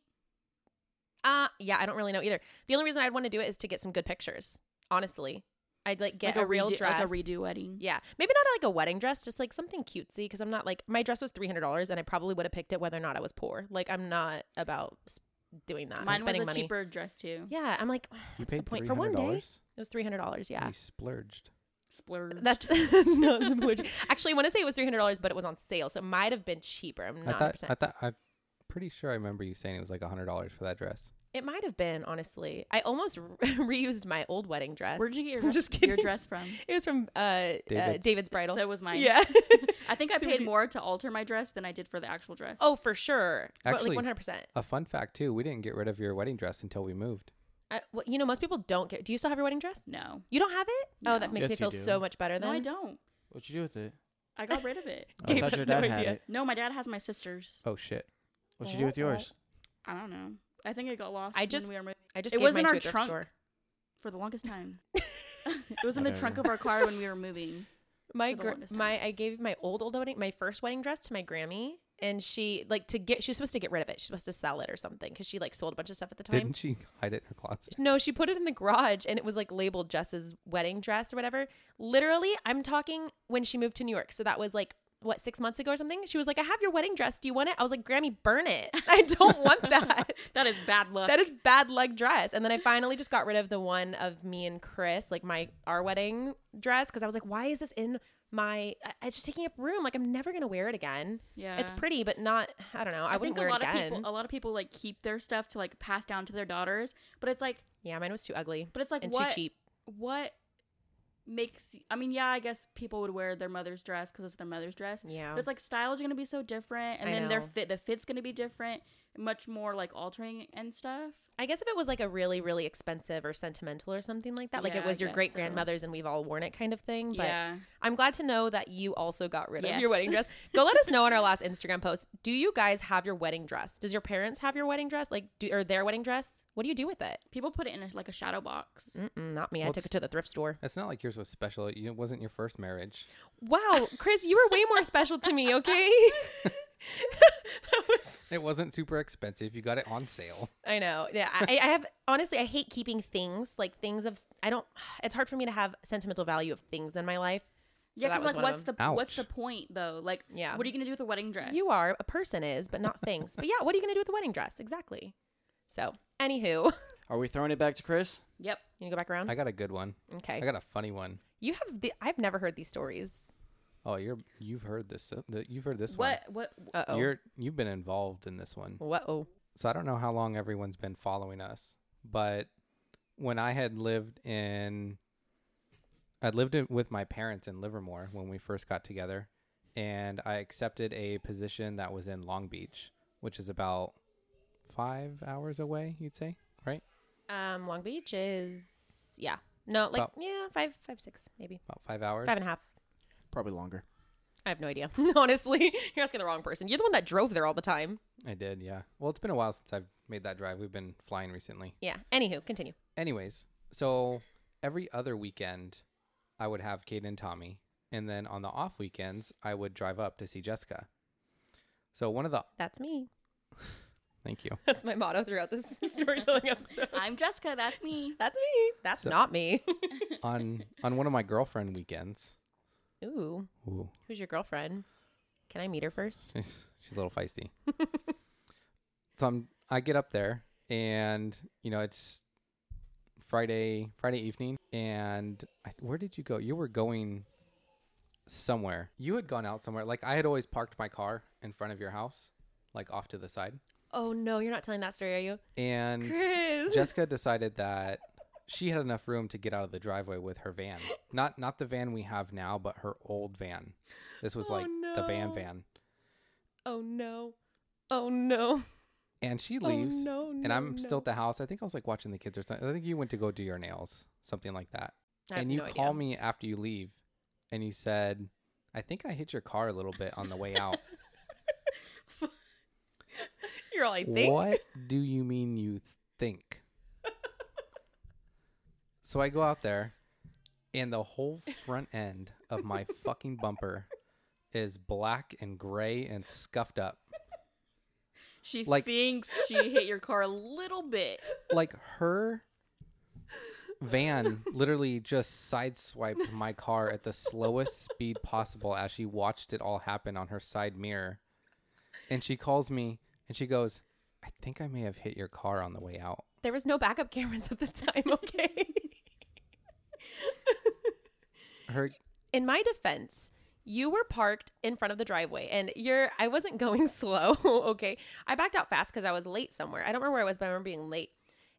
Speaker 4: Uh yeah, I don't really know either. The only reason I'd want to do it is to get some good pictures. Honestly, I'd like get
Speaker 2: like
Speaker 4: a, real
Speaker 2: redo,
Speaker 4: dress,
Speaker 2: like a redo wedding.
Speaker 4: Yeah, maybe not like a wedding dress, just like something cutesy. Because I'm not like my dress was three hundred dollars, and I probably would have picked it whether or not I was poor. Like I'm not about s- doing that.
Speaker 2: Mine was
Speaker 4: spending
Speaker 2: a
Speaker 4: money.
Speaker 2: cheaper dress too.
Speaker 4: Yeah, I'm like,
Speaker 3: You
Speaker 4: what's the
Speaker 3: paid
Speaker 4: point
Speaker 3: three
Speaker 4: for one
Speaker 3: hundred
Speaker 4: day? It
Speaker 3: dollars.
Speaker 4: was three hundred dollars. Yeah,
Speaker 3: You splurged.
Speaker 2: Splurge.
Speaker 4: that's that's not as much. Actually, I want to say it was three hundred dollars, but it was on sale, so it might have been cheaper. I'm
Speaker 3: I
Speaker 4: not.
Speaker 3: thought.
Speaker 4: 100%.
Speaker 3: I thought. I'm pretty sure I remember you saying it was like hundred dollars for that dress.
Speaker 4: It might have been honestly. I almost reused my old wedding dress.
Speaker 2: Where'd you get your
Speaker 4: I'm
Speaker 2: dress,
Speaker 4: just
Speaker 2: your
Speaker 4: kidding.
Speaker 2: dress from?
Speaker 4: It was from uh, David's, uh,
Speaker 3: David's.
Speaker 4: David's Bridal.
Speaker 2: So it was mine.
Speaker 4: yeah.
Speaker 2: I think I
Speaker 4: So
Speaker 2: paid
Speaker 4: we-
Speaker 2: more to alter my dress than I did for the actual dress.
Speaker 4: oh, for sure. But,
Speaker 3: Actually-
Speaker 4: like 100%.
Speaker 3: A fun fact too: we didn't get rid of your wedding dress until we moved.
Speaker 4: I, well, you know, most people don't get. Do you still have your wedding dress?
Speaker 2: no,
Speaker 4: You don't have it? Oh, that
Speaker 2: No.
Speaker 4: makes
Speaker 1: Yes,
Speaker 4: me
Speaker 1: you
Speaker 4: feel
Speaker 1: do.
Speaker 4: so much better
Speaker 2: no,
Speaker 4: then.
Speaker 2: I don't.
Speaker 1: What'd you do with it?
Speaker 2: I got rid of it.
Speaker 4: Gabe
Speaker 1: I thought
Speaker 4: has
Speaker 1: your
Speaker 4: no
Speaker 1: dad had
Speaker 4: idea.
Speaker 1: it.
Speaker 2: No, my dad has my sister's.
Speaker 3: Oh shit!
Speaker 1: What'd you do with yours?
Speaker 2: I don't know. I think it got lost.
Speaker 4: I
Speaker 2: when
Speaker 4: just-
Speaker 2: we were moving
Speaker 4: I just
Speaker 2: It
Speaker 4: gave
Speaker 2: was in
Speaker 4: mine to
Speaker 2: our
Speaker 4: a thrift
Speaker 2: trunk.
Speaker 4: store.
Speaker 2: for the longest time. it was in the trunk of
Speaker 1: Whatever.
Speaker 2: our car when we were moving.
Speaker 4: My
Speaker 2: For the
Speaker 4: gr-
Speaker 2: longest time.
Speaker 4: my I gave my old old wedding my first wedding dress to my Grammy and she like to get she was supposed to get rid of it. She's supposed to sell it or something because she like sold a bunch of stuff at the time.
Speaker 3: Didn't she hide it in her closet?
Speaker 4: No, she put it in the garage and it was like labeled Jess's wedding dress or whatever. Literally, I'm talking when she moved to New York. So that was like what six months ago or something. She was like, "I have your wedding dress. Do you want it?" I was like, "Grammy, burn it. I don't want that.
Speaker 2: That is bad luck.
Speaker 4: that is bad luck dress." And then I finally just got rid of the one of me and Chris, like my our wedding dress, because I was like, "Why is this in my? I- It's just taking up room. Like I'm never gonna wear it again.
Speaker 2: yeah.
Speaker 4: It's pretty, but not. I don't know. I, wouldn't
Speaker 2: a
Speaker 4: wear
Speaker 2: lot
Speaker 4: it again.
Speaker 2: of people a lot of people like keep their stuff to like pass down to their daughters, but it's like
Speaker 4: yeah, mine was too ugly
Speaker 2: but it's like
Speaker 4: and
Speaker 2: what
Speaker 4: too cheap.
Speaker 2: what makes I mean, yeah, I guess people would wear their mother's dress cuz it's their mother's dress.
Speaker 4: Yeah.
Speaker 2: But it's like styles are going to be so different and
Speaker 4: I
Speaker 2: then their
Speaker 4: know.
Speaker 2: fit the fit's going to be different, much more like altering and stuff.
Speaker 4: I guess if it was like a really, really expensive or sentimental or something like that, like
Speaker 2: Yeah,
Speaker 4: it
Speaker 2: I
Speaker 4: was your
Speaker 2: guess
Speaker 4: great grandmother's and we've all worn it kind of thing. But I'm glad to know that you also got rid of your
Speaker 2: Yes.
Speaker 4: wedding dress. Go let us know on our last Instagram post. Do you guys have your wedding dress? Does your parents have your wedding dress? Like, do or their wedding dress? What do you do with it?
Speaker 2: People put it in a, like a shadow box.
Speaker 4: Mm-mm, not me. I took
Speaker 3: What's-
Speaker 4: it to the thrift store.
Speaker 3: It's not like yours was special. It wasn't your first marriage.
Speaker 4: Wow, Chris, you were way more special to me. Okay. That was-
Speaker 3: It wasn't super expensive. You got it on sale.
Speaker 4: I know. Yeah, I, I have honestly, I hate keeping things like things of. I don't. It's hard for me to have sentimental value of things in my life. So
Speaker 2: Yeah,
Speaker 4: that
Speaker 2: because
Speaker 4: was
Speaker 2: like,
Speaker 4: one of
Speaker 2: what's
Speaker 4: them.
Speaker 2: the what's the
Speaker 3: Ouch.
Speaker 2: point though? Like,
Speaker 4: Yeah.
Speaker 2: what are you gonna do with a wedding dress?
Speaker 4: You are a person is, but not things. but yeah, what are you gonna do with the wedding dress exactly? So, anywho,
Speaker 1: Are we throwing it back to Chris?
Speaker 2: Yep.
Speaker 4: you go back around.
Speaker 3: I got a good one.
Speaker 4: okay,
Speaker 3: I got a funny one.
Speaker 4: you have. The, I've never heard these stories.
Speaker 3: Oh, you're you've heard this. uh, the- You've heard this
Speaker 2: What? What?
Speaker 3: one.
Speaker 4: Uh oh.
Speaker 3: You're you've been involved in this one.
Speaker 4: What? Oh,
Speaker 3: So I don't know how long everyone's been following us, but when I had lived in, I lived in, with my parents in Livermore when we first got together, and I accepted a position that was in Long Beach, which is about five hours away. You'd say, right?
Speaker 4: um, Long Beach is yeah. No, like
Speaker 3: About-
Speaker 4: yeah, five, five, six, maybe
Speaker 3: About five hours.
Speaker 4: five and a half.
Speaker 1: Probably longer.
Speaker 4: I have no idea. Honestly, you're asking the wrong person. You're the one that drove there all the time.
Speaker 3: I did, yeah. Well, it's been a while since I've made that drive. We've been flying recently.
Speaker 4: Yeah. Anywho, continue.
Speaker 3: Anyways, so every other weekend, I would have Kate and Tommy, and then on the off weekends, I would drive up to see Jessica. So one of the
Speaker 4: That's me.
Speaker 3: thank you.
Speaker 4: That's my motto throughout this storytelling episode.
Speaker 2: I'm Jessica. That's me.
Speaker 4: That's me. That's
Speaker 3: So-
Speaker 4: not me.
Speaker 3: on on one of my girlfriend weekends.
Speaker 4: Ooh,
Speaker 3: Ooh,
Speaker 4: who's your girlfriend? Can I meet her first?
Speaker 3: she's she's a little feisty. so I'm I get up there and you know it's Friday Friday evening and I, where did you go? You were going somewhere. You had gone out somewhere. Like I had always parked my car in front of your house, like off to the side.
Speaker 4: Oh no, you're not telling that story, are you?
Speaker 3: And
Speaker 4: Chris.
Speaker 3: Jessica decided that she had enough room to get out of the driveway with her van. Not not the van we have now, but her old van. This was
Speaker 4: Oh,
Speaker 3: like the van
Speaker 4: no.
Speaker 3: van.
Speaker 4: oh no. Oh no.
Speaker 3: and she leaves.
Speaker 4: no,
Speaker 3: and I'm still at the house. I think I was like watching the kids or something. I think you went to go do your nails, something like that. and you call me after you leave, and you said, "I think I hit your car a little bit on the way out."
Speaker 4: You're all I think.
Speaker 3: What do you mean you think? so I go out there, and the whole front end of my fucking bumper is black and gray and scuffed up.
Speaker 2: She
Speaker 3: Like-
Speaker 2: thinks she hit your car a little bit.
Speaker 3: Like her van literally just sideswiped my car at the slowest speed possible as she watched it all happen on her side mirror. And she calls me and she goes, I think I may have hit your car on the way out.
Speaker 4: There was no backup cameras at the time, okay?
Speaker 3: Her
Speaker 4: in my defense, you were parked in front of the driveway and you're I wasn't going slow, okay? I backed out fast cuz I was late somewhere. I don't remember where I was, but I remember being late.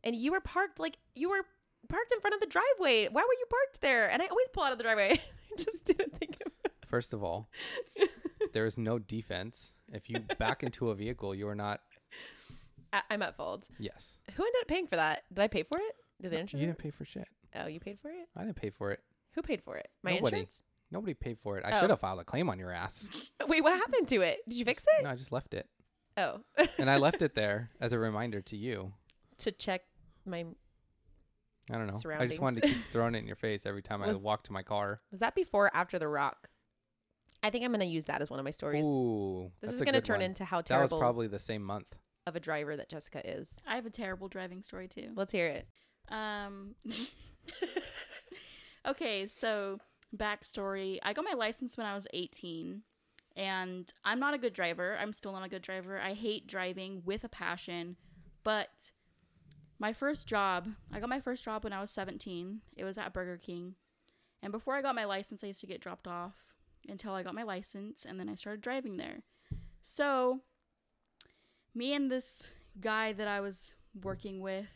Speaker 4: And you were parked like you were parked in front of the driveway. Why were you parked there? And I always pull out of the driveway. I just didn't think of it.
Speaker 3: First of all, there is no defense. If you back into a vehicle, you are not.
Speaker 4: I, I'm at fault.
Speaker 3: Yes.
Speaker 4: Who ended up paying for that? Did I pay for it? Did the
Speaker 3: You
Speaker 4: insurance?
Speaker 3: didn't pay for shit.
Speaker 4: oh, you paid for it?
Speaker 3: I didn't pay for it.
Speaker 4: Who paid for it? My
Speaker 3: Nobody.
Speaker 4: insurance?
Speaker 3: Nobody paid for it. I
Speaker 4: Oh.
Speaker 3: should have filed a claim on your ass.
Speaker 4: Wait, what happened to it? Did you fix it?
Speaker 3: No, I just left it.
Speaker 4: Oh.
Speaker 3: And I left it there as a reminder to you.
Speaker 4: to check my
Speaker 3: I don't know. I just wanted to keep throwing it in your face every time I
Speaker 4: Was-
Speaker 3: walked to my car.
Speaker 4: Was that before or after The Rock? I think I'm going to use that as one of my stories.
Speaker 3: Ooh.
Speaker 4: this
Speaker 3: that's
Speaker 4: is
Speaker 3: a
Speaker 4: going to
Speaker 3: good
Speaker 4: turn
Speaker 3: one.
Speaker 4: into how
Speaker 3: That was
Speaker 4: terrible
Speaker 3: probably the same month.
Speaker 4: of a driver that Jessica is.
Speaker 2: I have a terrible driving story too.
Speaker 4: Let's hear it.
Speaker 2: Um, okay, so backstory: I got my license when I was 18, and I'm not a good driver. I'm still not a good driver. I hate driving with a passion, but my first job, I got my first job when I was 17. It was at Burger King, and before I got my license, I used to get dropped off until I got my license, and then I started driving there. So, me and this guy that I was working with,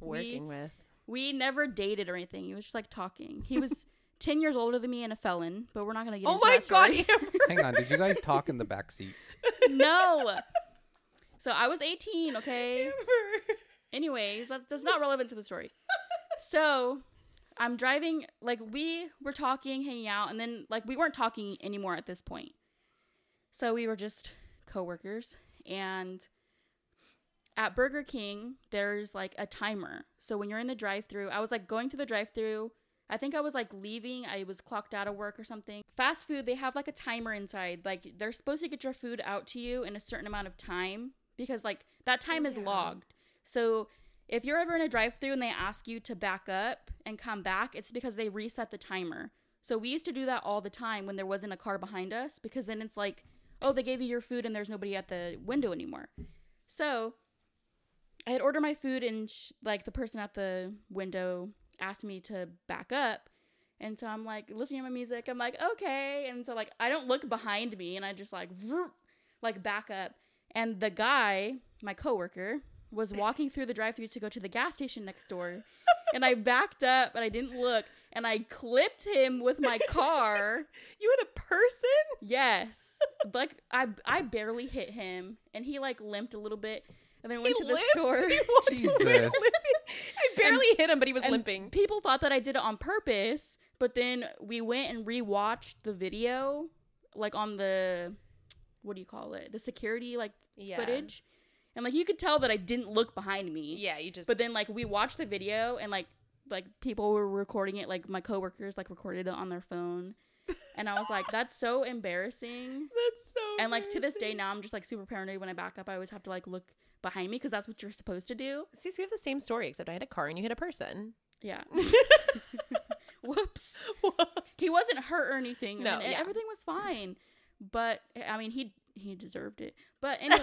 Speaker 2: we-
Speaker 4: Working with.
Speaker 2: we never dated or anything. He was just like talking. He was ten years older than me and a felon, but we're not gonna get.
Speaker 4: Oh
Speaker 2: into that story.
Speaker 4: Amber.
Speaker 3: Hang on. Did you guys talk in the back seat?
Speaker 2: no. So I was eighteen. Okay. Anyways, that, that's not relevant to the story. So I'm driving. Like we were talking, hanging out, and then like we weren't talking anymore at this point. So we were just coworkers, and at Burger King, there's like a timer. So when you're in the drive-through, I was like going to the drive-through. I think I was like leaving. I was clocked out of work or something. Fast food, they have like a timer inside. Like they're supposed to get your food out to you in a certain amount of time because like that time is logged. So if you're ever in a drive-through and they ask you to back up and come back, it's because they reset the timer. So we used to do that all the time when there wasn't a car behind us because then it's like, oh, they gave you your food and there's nobody at the window anymore. So I had ordered my food, and sh- like the person at the window asked me to back up. And so I'm like listening to my music. I'm like, okay. And so like I don't look behind me, and I just like, vroom, like back up. And the guy, my coworker, was walking through the drive-through to go to the gas station next door, and I backed up, and I didn't look, and I clipped him with my car.
Speaker 4: You had a person?
Speaker 2: Yes. Like I I barely hit him and he like limped a little bit and then went to the
Speaker 4: limped.
Speaker 2: store.
Speaker 4: He walked away
Speaker 3: Jesus.
Speaker 4: limping. I barely hit him, but he was
Speaker 2: And
Speaker 4: limping.
Speaker 2: People thought that I did it on purpose, but then we went and rewatched the video like on the what do you call it? The security like
Speaker 4: Yeah.
Speaker 2: footage. And like you could tell that I didn't look behind me.
Speaker 4: yeah, you just.
Speaker 2: But then like we watched the video and like like people were recording it like my coworkers like recorded it on their phone. And I was like that's so embarrassing.
Speaker 4: that's so.
Speaker 2: And like to this day
Speaker 4: embarrassing.
Speaker 2: now, I'm just like super paranoid when I back up. I always have to like look behind me because that's what you're supposed to do.
Speaker 4: See, so we have the same story, except I had a car and you hit a person.
Speaker 2: Yeah. Whoops. He wasn't hurt or anything.
Speaker 4: No,
Speaker 2: and, and
Speaker 4: yeah.
Speaker 2: everything was fine. But I mean, he he deserved it. But anyways,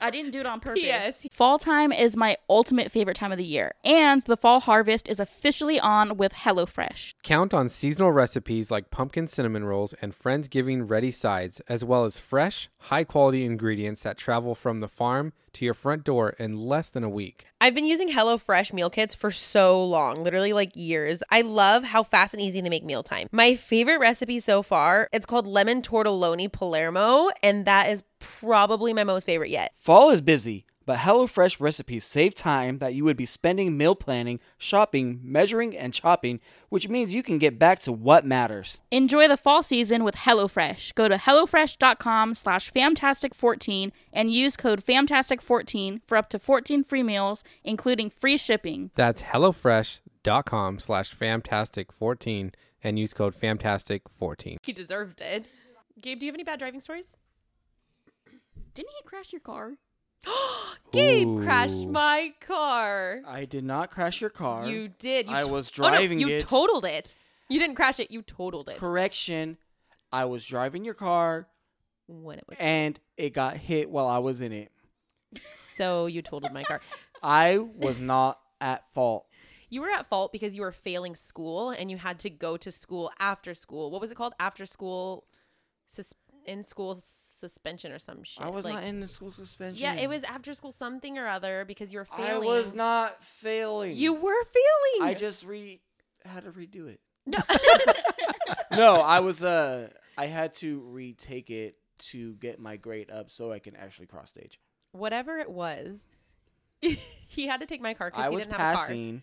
Speaker 2: I didn't do it on purpose.
Speaker 4: Yes.
Speaker 2: Fall time is my ultimate favorite time of the year, and the fall harvest is officially on with HelloFresh.
Speaker 3: Count on seasonal recipes like pumpkin cinnamon rolls and Friendsgiving ready sides, as well as fresh, high quality ingredients that travel from the farm to your front door in less than a week.
Speaker 4: I've been using HelloFresh meal kits for so long, literally like years. I love how fast and easy they make mealtime. My favorite recipe so far, it's called lemon tortelloni Palermo, and that is probably my most favorite yet.
Speaker 1: Fall is busy, But HelloFresh recipes save time that you would be spending meal planning, shopping, measuring, and chopping, which means you can get back to what matters.
Speaker 2: Enjoy the fall season with HelloFresh. Go to HelloFresh.com slash Fantastic14 and use code Fantastic14 for up to 14 free meals, including free shipping.
Speaker 3: That's HelloFresh.com slash Fantastic14 and use code Fantastic14.
Speaker 4: He deserved it. Gabe, do you have any bad driving stories?
Speaker 2: Didn't he crash your car?
Speaker 4: Gabe crashed
Speaker 3: Ooh.
Speaker 4: my car.
Speaker 1: I did not crash your car.
Speaker 4: You did. You
Speaker 1: I was
Speaker 4: oh, no,
Speaker 1: driving
Speaker 4: you
Speaker 1: it.
Speaker 4: totaled it. You didn't crash it. You totaled it
Speaker 1: Correction. I was driving your car
Speaker 4: when it was.
Speaker 1: and it got hit while I was in it.
Speaker 4: So you totaled my car.
Speaker 1: I was not at fault.
Speaker 4: You were at fault because you were failing school and you had to go to school after school. What was it called? After school, sus- in school suspension or some shit.
Speaker 1: I was
Speaker 4: Like-
Speaker 1: not in the school suspension.
Speaker 4: Yeah, it was after school something or other because you were failing.
Speaker 1: I was not failing.
Speaker 4: You were failing.
Speaker 1: I just re had to redo it. No, I was uh I had to retake it to get my grade up so I can actually cross stage.
Speaker 4: whatever it was. he had to take my car
Speaker 1: I
Speaker 4: because he
Speaker 1: was
Speaker 4: didn't have a car.
Speaker 1: passing.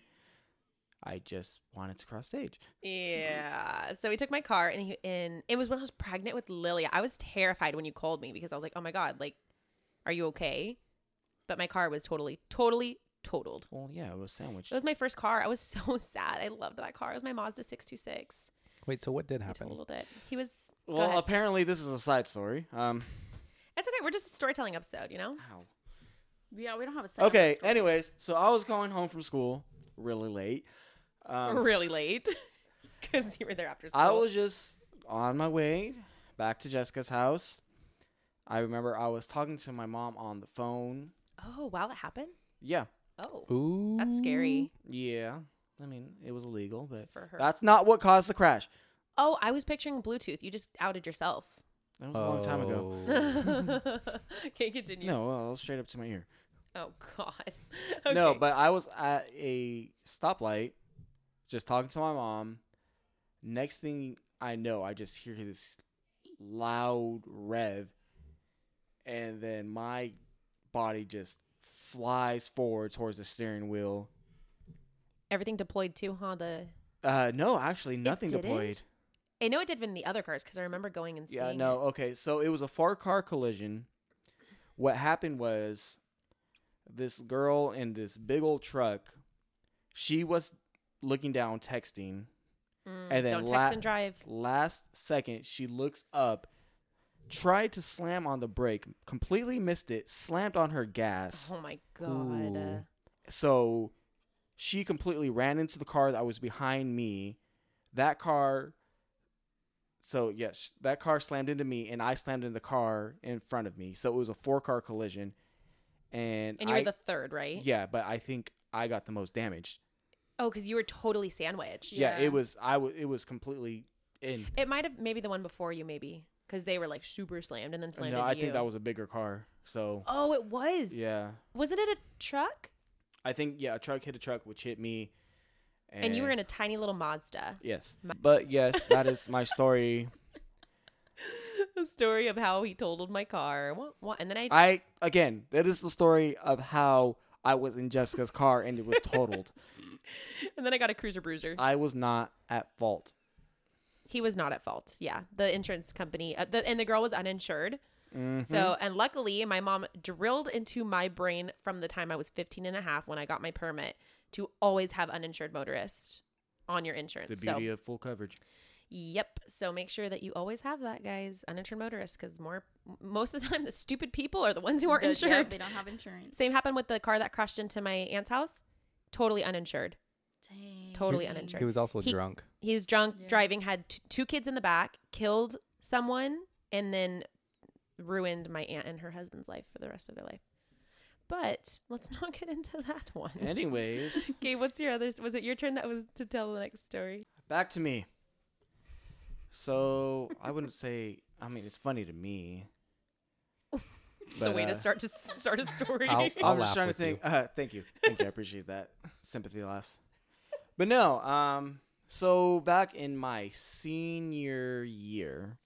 Speaker 1: I just wanted to cross stage.
Speaker 4: Yeah. So he took my car and he and it was when I was pregnant with Lily. I was terrified when you called me because I was like, "Oh my god, like are you okay?" But my car was totally totally totaled.
Speaker 1: Well, yeah, it was sandwiched.
Speaker 4: It was my first car. I was so sad. I loved that car. It was my Mazda 626.
Speaker 3: Wait, so what did
Speaker 4: I
Speaker 3: happen?
Speaker 4: totaled it. He was. go
Speaker 1: well,
Speaker 4: ahead.
Speaker 1: apparently this is a side story. Um
Speaker 4: it's okay. We're just a storytelling episode, you know?
Speaker 1: ow.
Speaker 2: Yeah, we don't have a second.
Speaker 1: Okay, anyways, so I was going home from school really late. Um,
Speaker 4: really late. Because you were there after school.
Speaker 1: I was just on my way back to Jessica's house. I remember I was talking to my mom on the phone.
Speaker 4: Oh, wow. It happened?
Speaker 1: Yeah,
Speaker 4: Oh.
Speaker 3: Ooh.
Speaker 4: That's scary.
Speaker 1: yeah. I mean, it was illegal, but
Speaker 4: For her.
Speaker 1: that's not what caused the crash.
Speaker 4: Oh, I was picturing Bluetooth. You just outed yourself.
Speaker 1: That was a long time ago.
Speaker 3: Oh.
Speaker 4: okay, continue.
Speaker 1: No, well, it was straight up to my ear.
Speaker 4: Oh, God. Okay.
Speaker 1: No, but I was at a stoplight, just talking to my mom. Next thing I know, I just hear this loud rev, and then my body just flies forward towards the steering wheel.
Speaker 4: Everything deployed too, huh? The.
Speaker 1: Uh, no, actually, nothing
Speaker 4: didn't?
Speaker 1: deployed.
Speaker 4: I know it did in the other cars because I remember going and
Speaker 1: Yeah,
Speaker 4: seeing.
Speaker 1: no,
Speaker 4: it.
Speaker 1: okay. So it was a four car collision. What happened was this girl in this big old truck, she was looking down texting.
Speaker 4: Mm,
Speaker 1: and then
Speaker 4: don't text
Speaker 1: la-
Speaker 4: and drive.
Speaker 1: Last second, she looks up, tried to slam on the brake, completely missed it, slammed on her gas.
Speaker 4: Oh my god.
Speaker 3: Ooh.
Speaker 1: So she completely ran into the car that was behind me. That car. So yes, that car slammed into me, and I slammed into the car in front of me. So it was a four-car collision, and,
Speaker 4: And you
Speaker 1: I,
Speaker 4: were the third, right?
Speaker 1: yeah, but I think I got the most damage.
Speaker 4: Oh, because you were totally sandwiched.
Speaker 1: Yeah,
Speaker 2: Yeah.
Speaker 1: it was I was it was completely in.
Speaker 4: It might have maybe the one before you, maybe because they were like super slammed and then slammed.
Speaker 1: Uh, No,
Speaker 4: into
Speaker 1: I
Speaker 4: you.
Speaker 1: think that was a bigger car. So
Speaker 4: Oh, it was.
Speaker 1: yeah,
Speaker 4: Wasn't it a truck?
Speaker 1: I think yeah, a truck hit a truck, which hit me,
Speaker 4: And, you were in a tiny little Mazda.
Speaker 1: yes. But yes, that is my story.
Speaker 4: The story of how he totaled my car. What, what? And then I,
Speaker 1: I again, that is the story of how I was in Jessica's car and it was totaled.
Speaker 4: and then I got a cruiser bruiser.
Speaker 1: I was not at fault.
Speaker 4: he was not at fault. Yeah, the insurance company. Uh, the, and the girl was uninsured. So,
Speaker 1: Mm-hmm.
Speaker 4: and luckily, my mom drilled into my brain from the time I was 15 and a half when I got my permit to always have uninsured motorists on your
Speaker 1: The
Speaker 4: insurance. so,
Speaker 1: beauty of full coverage.
Speaker 4: Yep. So make sure that you always have that, guys. Uninsured motorists, because more m- most of the time the stupid people are the ones who aren't
Speaker 2: The- yeah,
Speaker 4: insured.
Speaker 2: they don't have insurance.
Speaker 4: Same happened with the car that crashed into my aunt's house. Totally uninsured.
Speaker 2: Dang.
Speaker 4: Totally uninsured.
Speaker 3: He was also
Speaker 4: He-
Speaker 3: drunk.
Speaker 4: He was drunk,
Speaker 2: Yeah.
Speaker 4: driving, had t- two kids in the back, killed someone, and then ruined my aunt and her husband's life for the rest of their life. But let's not get into that one.
Speaker 1: Anyways,
Speaker 4: Okay, what's your other? Was it your turn that was to tell the next story?
Speaker 1: back to me. So I wouldn't say. I mean, it's funny to me.
Speaker 4: It's a
Speaker 1: But,
Speaker 4: way
Speaker 1: uh,
Speaker 4: to start to s- start a story.
Speaker 3: I'll-
Speaker 1: I'm
Speaker 3: laugh
Speaker 1: just trying to
Speaker 3: with
Speaker 1: think.
Speaker 3: you.
Speaker 1: Uh, thank you. Thank you. I appreciate that sympathy laughs. But no. Um. So back in my senior year,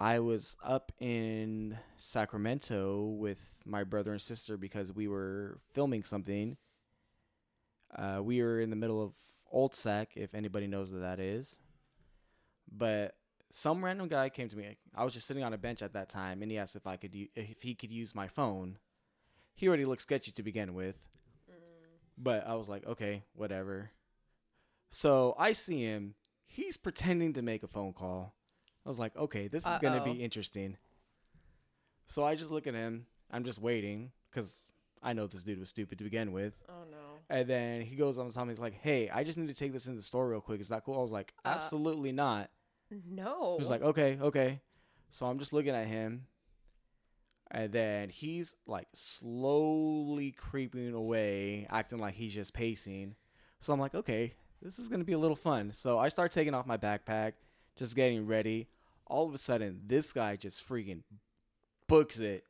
Speaker 1: I was up in Sacramento with my brother and sister because we were filming something. Uh, we were in the middle of Old Sac, if anybody knows what that is. But some random guy came to me. I was just sitting on a bench at that time, and he asked if I could u- if he could use my phone. He already looked sketchy to begin with,
Speaker 4: Mm.
Speaker 1: but I was like, okay, whatever. So I see him. He's pretending to make a phone call. I was like, okay, this is gonna
Speaker 4: Uh-oh.
Speaker 1: be interesting. So I just look at him. I'm just waiting because I know this dude was stupid to begin with.
Speaker 4: Oh no.
Speaker 1: And then he goes on the time. He's like, "Hey, I just need to take this in the store real quick. Is that cool?" I was like,
Speaker 4: Uh,
Speaker 1: "Absolutely not."
Speaker 4: No.
Speaker 1: He was like, "Okay, okay." So I'm just looking at him, and then he's like slowly creeping away, acting like he's just pacing. So I'm like, "Okay, this is gonna be a little fun." So I start taking off my backpack, just getting ready. All of a sudden, this guy just freaking books it.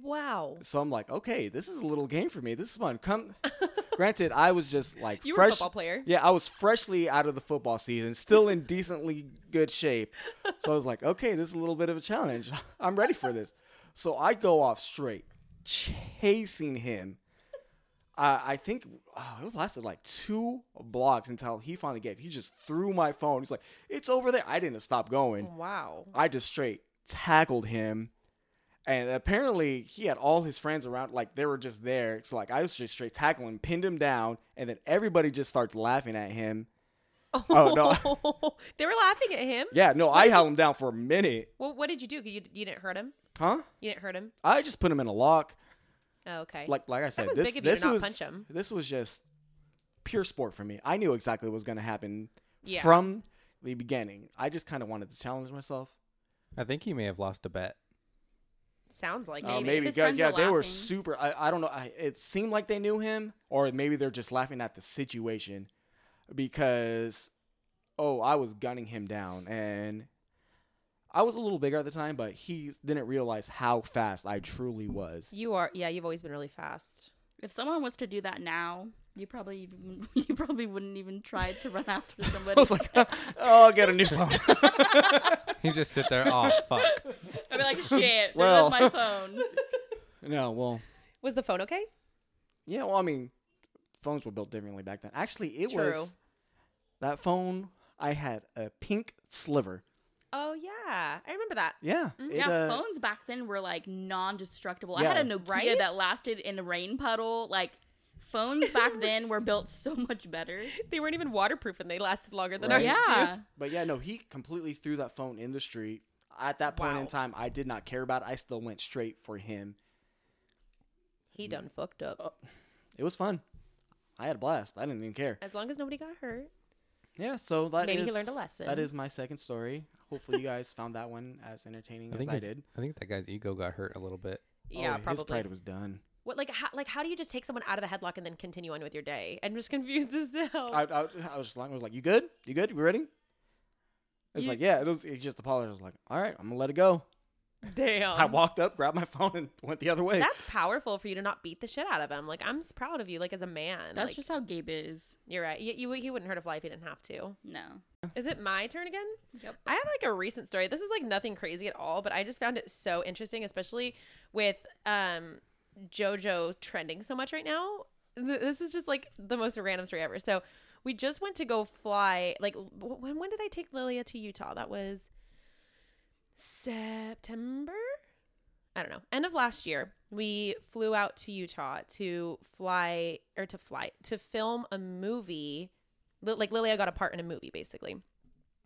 Speaker 4: wow.
Speaker 1: So I'm like, "Okay, this is a little game for me. This is fun." Come. Granted, I was just like
Speaker 4: You were a
Speaker 1: fresh.
Speaker 4: football player.
Speaker 1: Yeah, I was freshly out of the football season, still in decently good shape. So I was like, okay, this is a little bit of a challenge. I'm ready for this. So I go off straight, chasing him. I I think oh, it lasted like two blocks until he finally gave. He just threw my phone. He's like, it's over there. I didn't stop going.
Speaker 4: Wow.
Speaker 1: I just straight tackled him. And apparently he had all his friends around, like they were just there. So like I was just straight tackling, pinned him down, and then everybody just starts laughing at him. Oh,
Speaker 4: no. they were laughing at him.
Speaker 1: Yeah, no, I held him down for a minute.
Speaker 4: Well, what did you do? You, you didn't hurt him.
Speaker 1: Huh?
Speaker 4: You didn't hurt him.
Speaker 1: I just put him in a lock.
Speaker 4: Oh, okay.
Speaker 1: Like like I said,
Speaker 4: was
Speaker 1: this
Speaker 4: big of you to
Speaker 1: this
Speaker 4: not
Speaker 1: was
Speaker 4: punch him.
Speaker 1: this was just pure sport for me. I knew exactly what was gonna happen
Speaker 4: Yeah.
Speaker 1: from the beginning. I just kinda wanted to challenge myself.
Speaker 3: I think he may have lost a bet.
Speaker 4: sounds like
Speaker 1: Oh,
Speaker 4: it.
Speaker 2: maybe.
Speaker 1: maybe
Speaker 2: His
Speaker 1: yeah,
Speaker 2: friends
Speaker 1: yeah,
Speaker 2: were
Speaker 1: they were
Speaker 2: laughing.
Speaker 1: super. I, I don't know. I, it seemed like they knew him, or maybe they're just laughing at the situation because, oh, I was gunning him down, and I was a little bigger at the time, but he didn't realize how fast I truly was.
Speaker 4: You are. Yeah, you've always been really fast.
Speaker 2: If someone was to do that now, you probably even, you probably wouldn't even try to run after somebody.
Speaker 1: I was like, oh, I'll get a new phone.
Speaker 3: He just sit there. Oh fuck.
Speaker 2: I'd be like, shit,
Speaker 1: Well.
Speaker 2: well. my phone.
Speaker 1: no, well,
Speaker 4: Was the phone okay?
Speaker 1: yeah, well, I mean, phones were built differently back then. Actually, it was
Speaker 4: True.
Speaker 1: that phone. I had a pink sliver.
Speaker 4: Oh yeah, I remember that.
Speaker 1: Yeah, it,
Speaker 2: Mm, yeah,
Speaker 1: uh,
Speaker 2: phones back then were like non-destructible. I had a
Speaker 1: Yeah.
Speaker 2: Nokia
Speaker 4: Right?
Speaker 2: that lasted in a rain puddle. Like phones back then were built so much better.
Speaker 4: They weren't even waterproof, and they lasted longer than
Speaker 1: Right.
Speaker 4: ours
Speaker 2: Yeah.
Speaker 1: But yeah, no, he completely threw that phone in the street. At that point
Speaker 4: Wow.
Speaker 1: in time, I did not care about it. I still went straight for him.
Speaker 4: do. He done fucked up.
Speaker 1: It was fun. I had a blast. I didn't even care.
Speaker 4: As long as nobody got hurt,
Speaker 1: Yeah, so that
Speaker 4: maybe he
Speaker 1: is-
Speaker 4: learned a lesson.
Speaker 1: That is my second story. Hopefully, you guys found that one as entertaining
Speaker 3: I
Speaker 1: as
Speaker 3: think
Speaker 1: I
Speaker 3: his-
Speaker 1: did.
Speaker 3: I think that guy's ego got hurt a little bit.
Speaker 4: yeah,
Speaker 1: Oh, His
Speaker 4: probably.
Speaker 1: pride was done.
Speaker 4: What like how like how do you just take someone out of a headlock and then continue on with your day? I'm just confused as hell.
Speaker 1: I, I, I was just like, I was like, "You good? You good? You ready?" It's
Speaker 4: You-
Speaker 1: like, yeah. It was. He just apologized. I was like, "All right, I'm gonna let it go."
Speaker 4: Damn.
Speaker 1: I walked up, grabbed my phone, and went the other way.
Speaker 4: Um, That's powerful for you to not beat the shit out of him. Like I'm s- proud of you. Like as a man,
Speaker 2: That's
Speaker 4: Like,
Speaker 2: just how Gabe is.
Speaker 4: you're right. You, you he wouldn't hurt a fly if he didn't have to.
Speaker 2: No.
Speaker 4: Is it my turn again?
Speaker 2: Yep.
Speaker 4: I have like a recent story. This is like nothing crazy at all, but I just found it so interesting, especially with um JoJo trending so much right now. Th- This is just like the most random story ever. So we just went to go fly. Like w- when when did I take Lilia to Utah? That was September. I don't know. End of last year, we flew out to Utah to fly or to fly to film a movie. Li- Like Lilia got a part in a movie, basically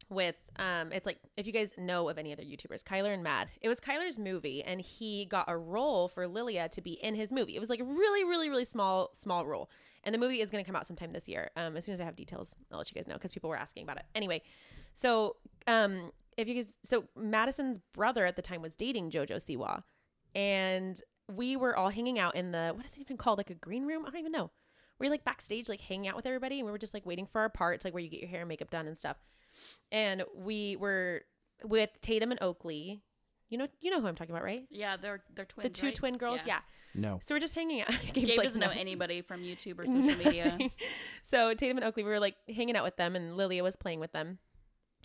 Speaker 4: with um it's like if you guys know of any other YouTubers, Kyler and Mad. It was Kyler's movie and he got a role for Lilia to be in his movie. It was like a really, really, really small, small role. And the movie is gonna come out sometime this year. Um as soon as I have details, I'll let you guys know because people were asking about it. Anyway, so um if you guys so Madison's brother at the time was dating Jojo Siwa and we were all hanging out in the what is it even called? Like a green room? I don't even know. We We're like backstage, like hanging out with everybody, and we were just like waiting for our parts, like where you get your hair and makeup done and stuff and we were with Tatum and Oakley. You know, you know who I'm talking about, right?
Speaker 2: Yeah, they're they're twins.
Speaker 4: the two
Speaker 2: right?
Speaker 4: twin girls. Yeah.
Speaker 1: no.
Speaker 4: So we're just hanging out. Gabe's
Speaker 2: Gabe
Speaker 4: like,
Speaker 2: doesn't
Speaker 4: "No."
Speaker 2: know anybody from YouTube or social media.
Speaker 4: Nothing. so Tatum and Oakley, we were like hanging out with them, and Lilia was playing with them,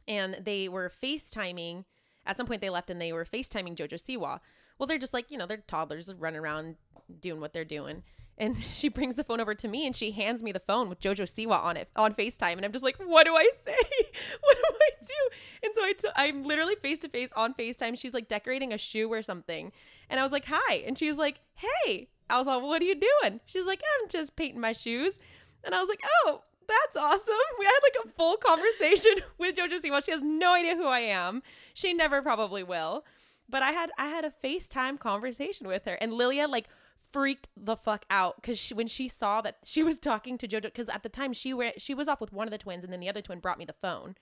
Speaker 4: and they were FaceTiming At some point, they left and they were FaceTiming JoJo Siwa. Well, they're just like, you know, they're toddlers running around doing what they're doing. And she brings the phone over to me and she hands me the phone with JoJo Siwa on it on FaceTime. And I'm just like, what do I say? what do I do? And so I t- I'm literally face to face on FaceTime. She's like decorating a shoe or something. And I was like, hi. And she was like, hey. I was like, what are you doing? She's like, I'm just painting my shoes. And I was like, oh, that's awesome. We had like a full conversation with JoJo Siwa. She has no idea who I am. She never probably will. But I had I had a FaceTime conversation with her, and Lilia like freaked the fuck out because she, when she saw that she was talking to JoJo, because at the time she were she was off with one of the twins, and then the other twin brought me the phone.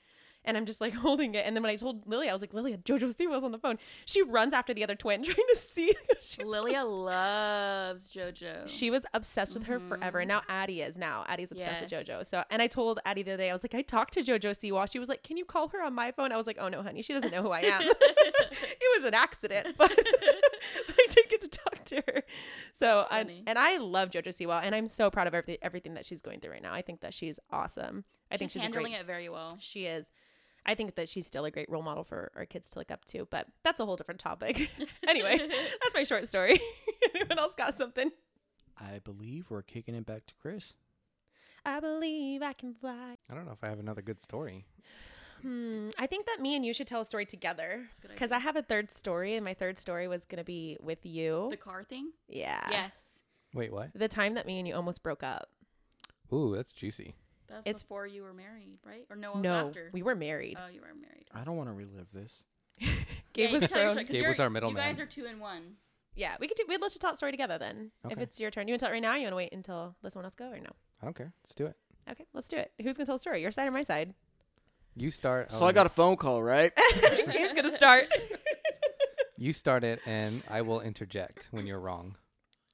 Speaker 4: And I'm just like holding it. And then when I told Lilia, I was like, Lilia, JoJo Siwa's on the phone. She runs after the other twin trying to see. She's
Speaker 2: Lilia loves JoJo.
Speaker 4: she was obsessed with her forever. And now Addie is now. Addie's obsessed
Speaker 2: Mm-hmm. Yes.
Speaker 4: with JoJo. So and I told Addie the other day, I was like, I talked to JoJo Siwa. She was like, Can you call her on my phone? I was like, Oh no, honey, she doesn't know who I am. it was an accident, but, but I did get to talk to her. So
Speaker 2: That's
Speaker 4: I,
Speaker 2: funny.
Speaker 4: and I love JoJo Siwa and I'm so proud of everything everything that she's going through right now. I think that she's awesome. I think she's a
Speaker 2: handling
Speaker 4: great,
Speaker 2: it very well.
Speaker 4: She is. I think that she's still a great role model for our kids to look up to, but that's a whole different topic. anyway, that's my short story. Anyone else got something?
Speaker 1: I believe we're kicking it back to Chris.
Speaker 4: I believe I can fly.
Speaker 3: I don't know if I have another good story.
Speaker 4: Hmm. I think that me and you should tell a story together
Speaker 2: That's a good
Speaker 4: because I have a third story, and my third story was gonna be with you.
Speaker 2: The car thing?
Speaker 4: yeah.
Speaker 2: Yes.
Speaker 3: Wait, what?
Speaker 4: The time that me and you almost broke up.
Speaker 3: Ooh, that's juicy.
Speaker 2: That's
Speaker 4: It's-
Speaker 2: before you were married, right? Or no, it was
Speaker 4: no,
Speaker 2: after.
Speaker 4: we were married.
Speaker 2: oh, you were married.
Speaker 1: I don't want to relive this.
Speaker 4: Gabe
Speaker 2: Yeah, you
Speaker 4: was
Speaker 2: can tell your
Speaker 4: thrown.
Speaker 2: story, 'cause
Speaker 3: Gabe
Speaker 2: you're-
Speaker 3: was our middleman.
Speaker 2: You guys are two and one.
Speaker 4: Yeah, we could do. We'd let's just tell that story together then. If
Speaker 3: Okay.
Speaker 4: it's your turn, you want to tell it right now? Or you want to wait until let someone else go or no?
Speaker 3: I don't care. Let's do it.
Speaker 4: Okay, let's do it. Who's gonna tell the story? Your side or my side?
Speaker 3: You start.
Speaker 1: So I got a phone call, right?
Speaker 4: Gabe's gonna start.
Speaker 3: You start it, and I will interject when you're wrong.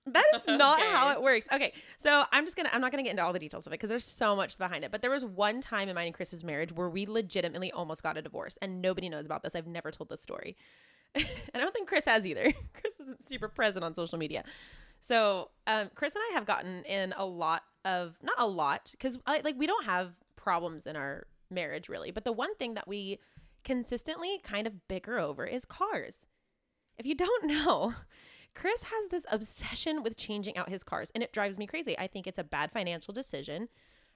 Speaker 4: That is not
Speaker 2: Okay.
Speaker 4: how it works. Okay, so I'm just gonna I'm not gonna get into all the details of it because there's so much behind it. But there was one time in mine and Chris's marriage where we legitimately almost got a divorce, and nobody knows about this. I've never told this story. and I don't think Chris has either. Chris isn't super present on social media. So um, Chris and I have gotten in a lot of not a lot because like we don't have problems in our marriage really, but the one thing that we consistently kind of bicker over is cars. If you don't know, Chris has this obsession with changing out his cars, and it drives me crazy. I think it's a bad financial decision.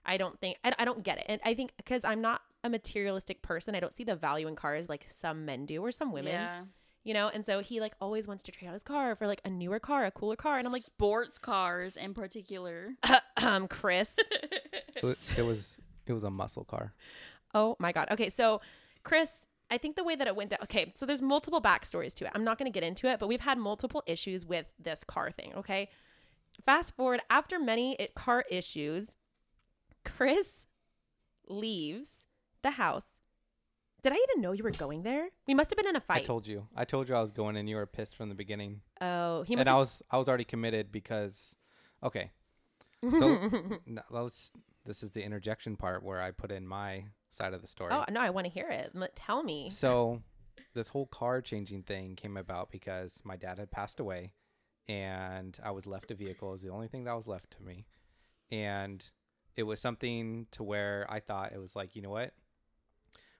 Speaker 4: I don't think I, I don't get it, and I think because I'm not a materialistic person, I don't see the value in cars like some men do or some women,
Speaker 2: Yeah.
Speaker 4: you know. And so he like always wants to trade out his car for like a newer car, a cooler car, and I'm like,
Speaker 2: sports cars in particular.
Speaker 4: um, Chris,
Speaker 3: So it, it was it was a muscle car.
Speaker 4: Oh my God. Okay. So, Chris, I think the way that it went down, okay. So, there's multiple backstories to it. I'm not going to get into it, but we've had multiple issues with this car thing. Okay. Fast forward after many i- car issues, Chris leaves the house. Did I even know you were going there? We must have been in a
Speaker 3: I
Speaker 4: fight.
Speaker 3: told you. I told you I was going, and you were pissed from the beginning.
Speaker 4: oh, he must.
Speaker 3: and I
Speaker 4: Have,
Speaker 3: was I was already committed because, okay. So no, let's. This is the interjection part where I put in my side of the story.
Speaker 4: oh no, I want to hear it. Let- Tell me.
Speaker 3: So, this whole car changing thing came about because my dad had passed away, and I was left a vehicle. It was the only thing that was left to me, and it was something to where I thought it was like, you know what,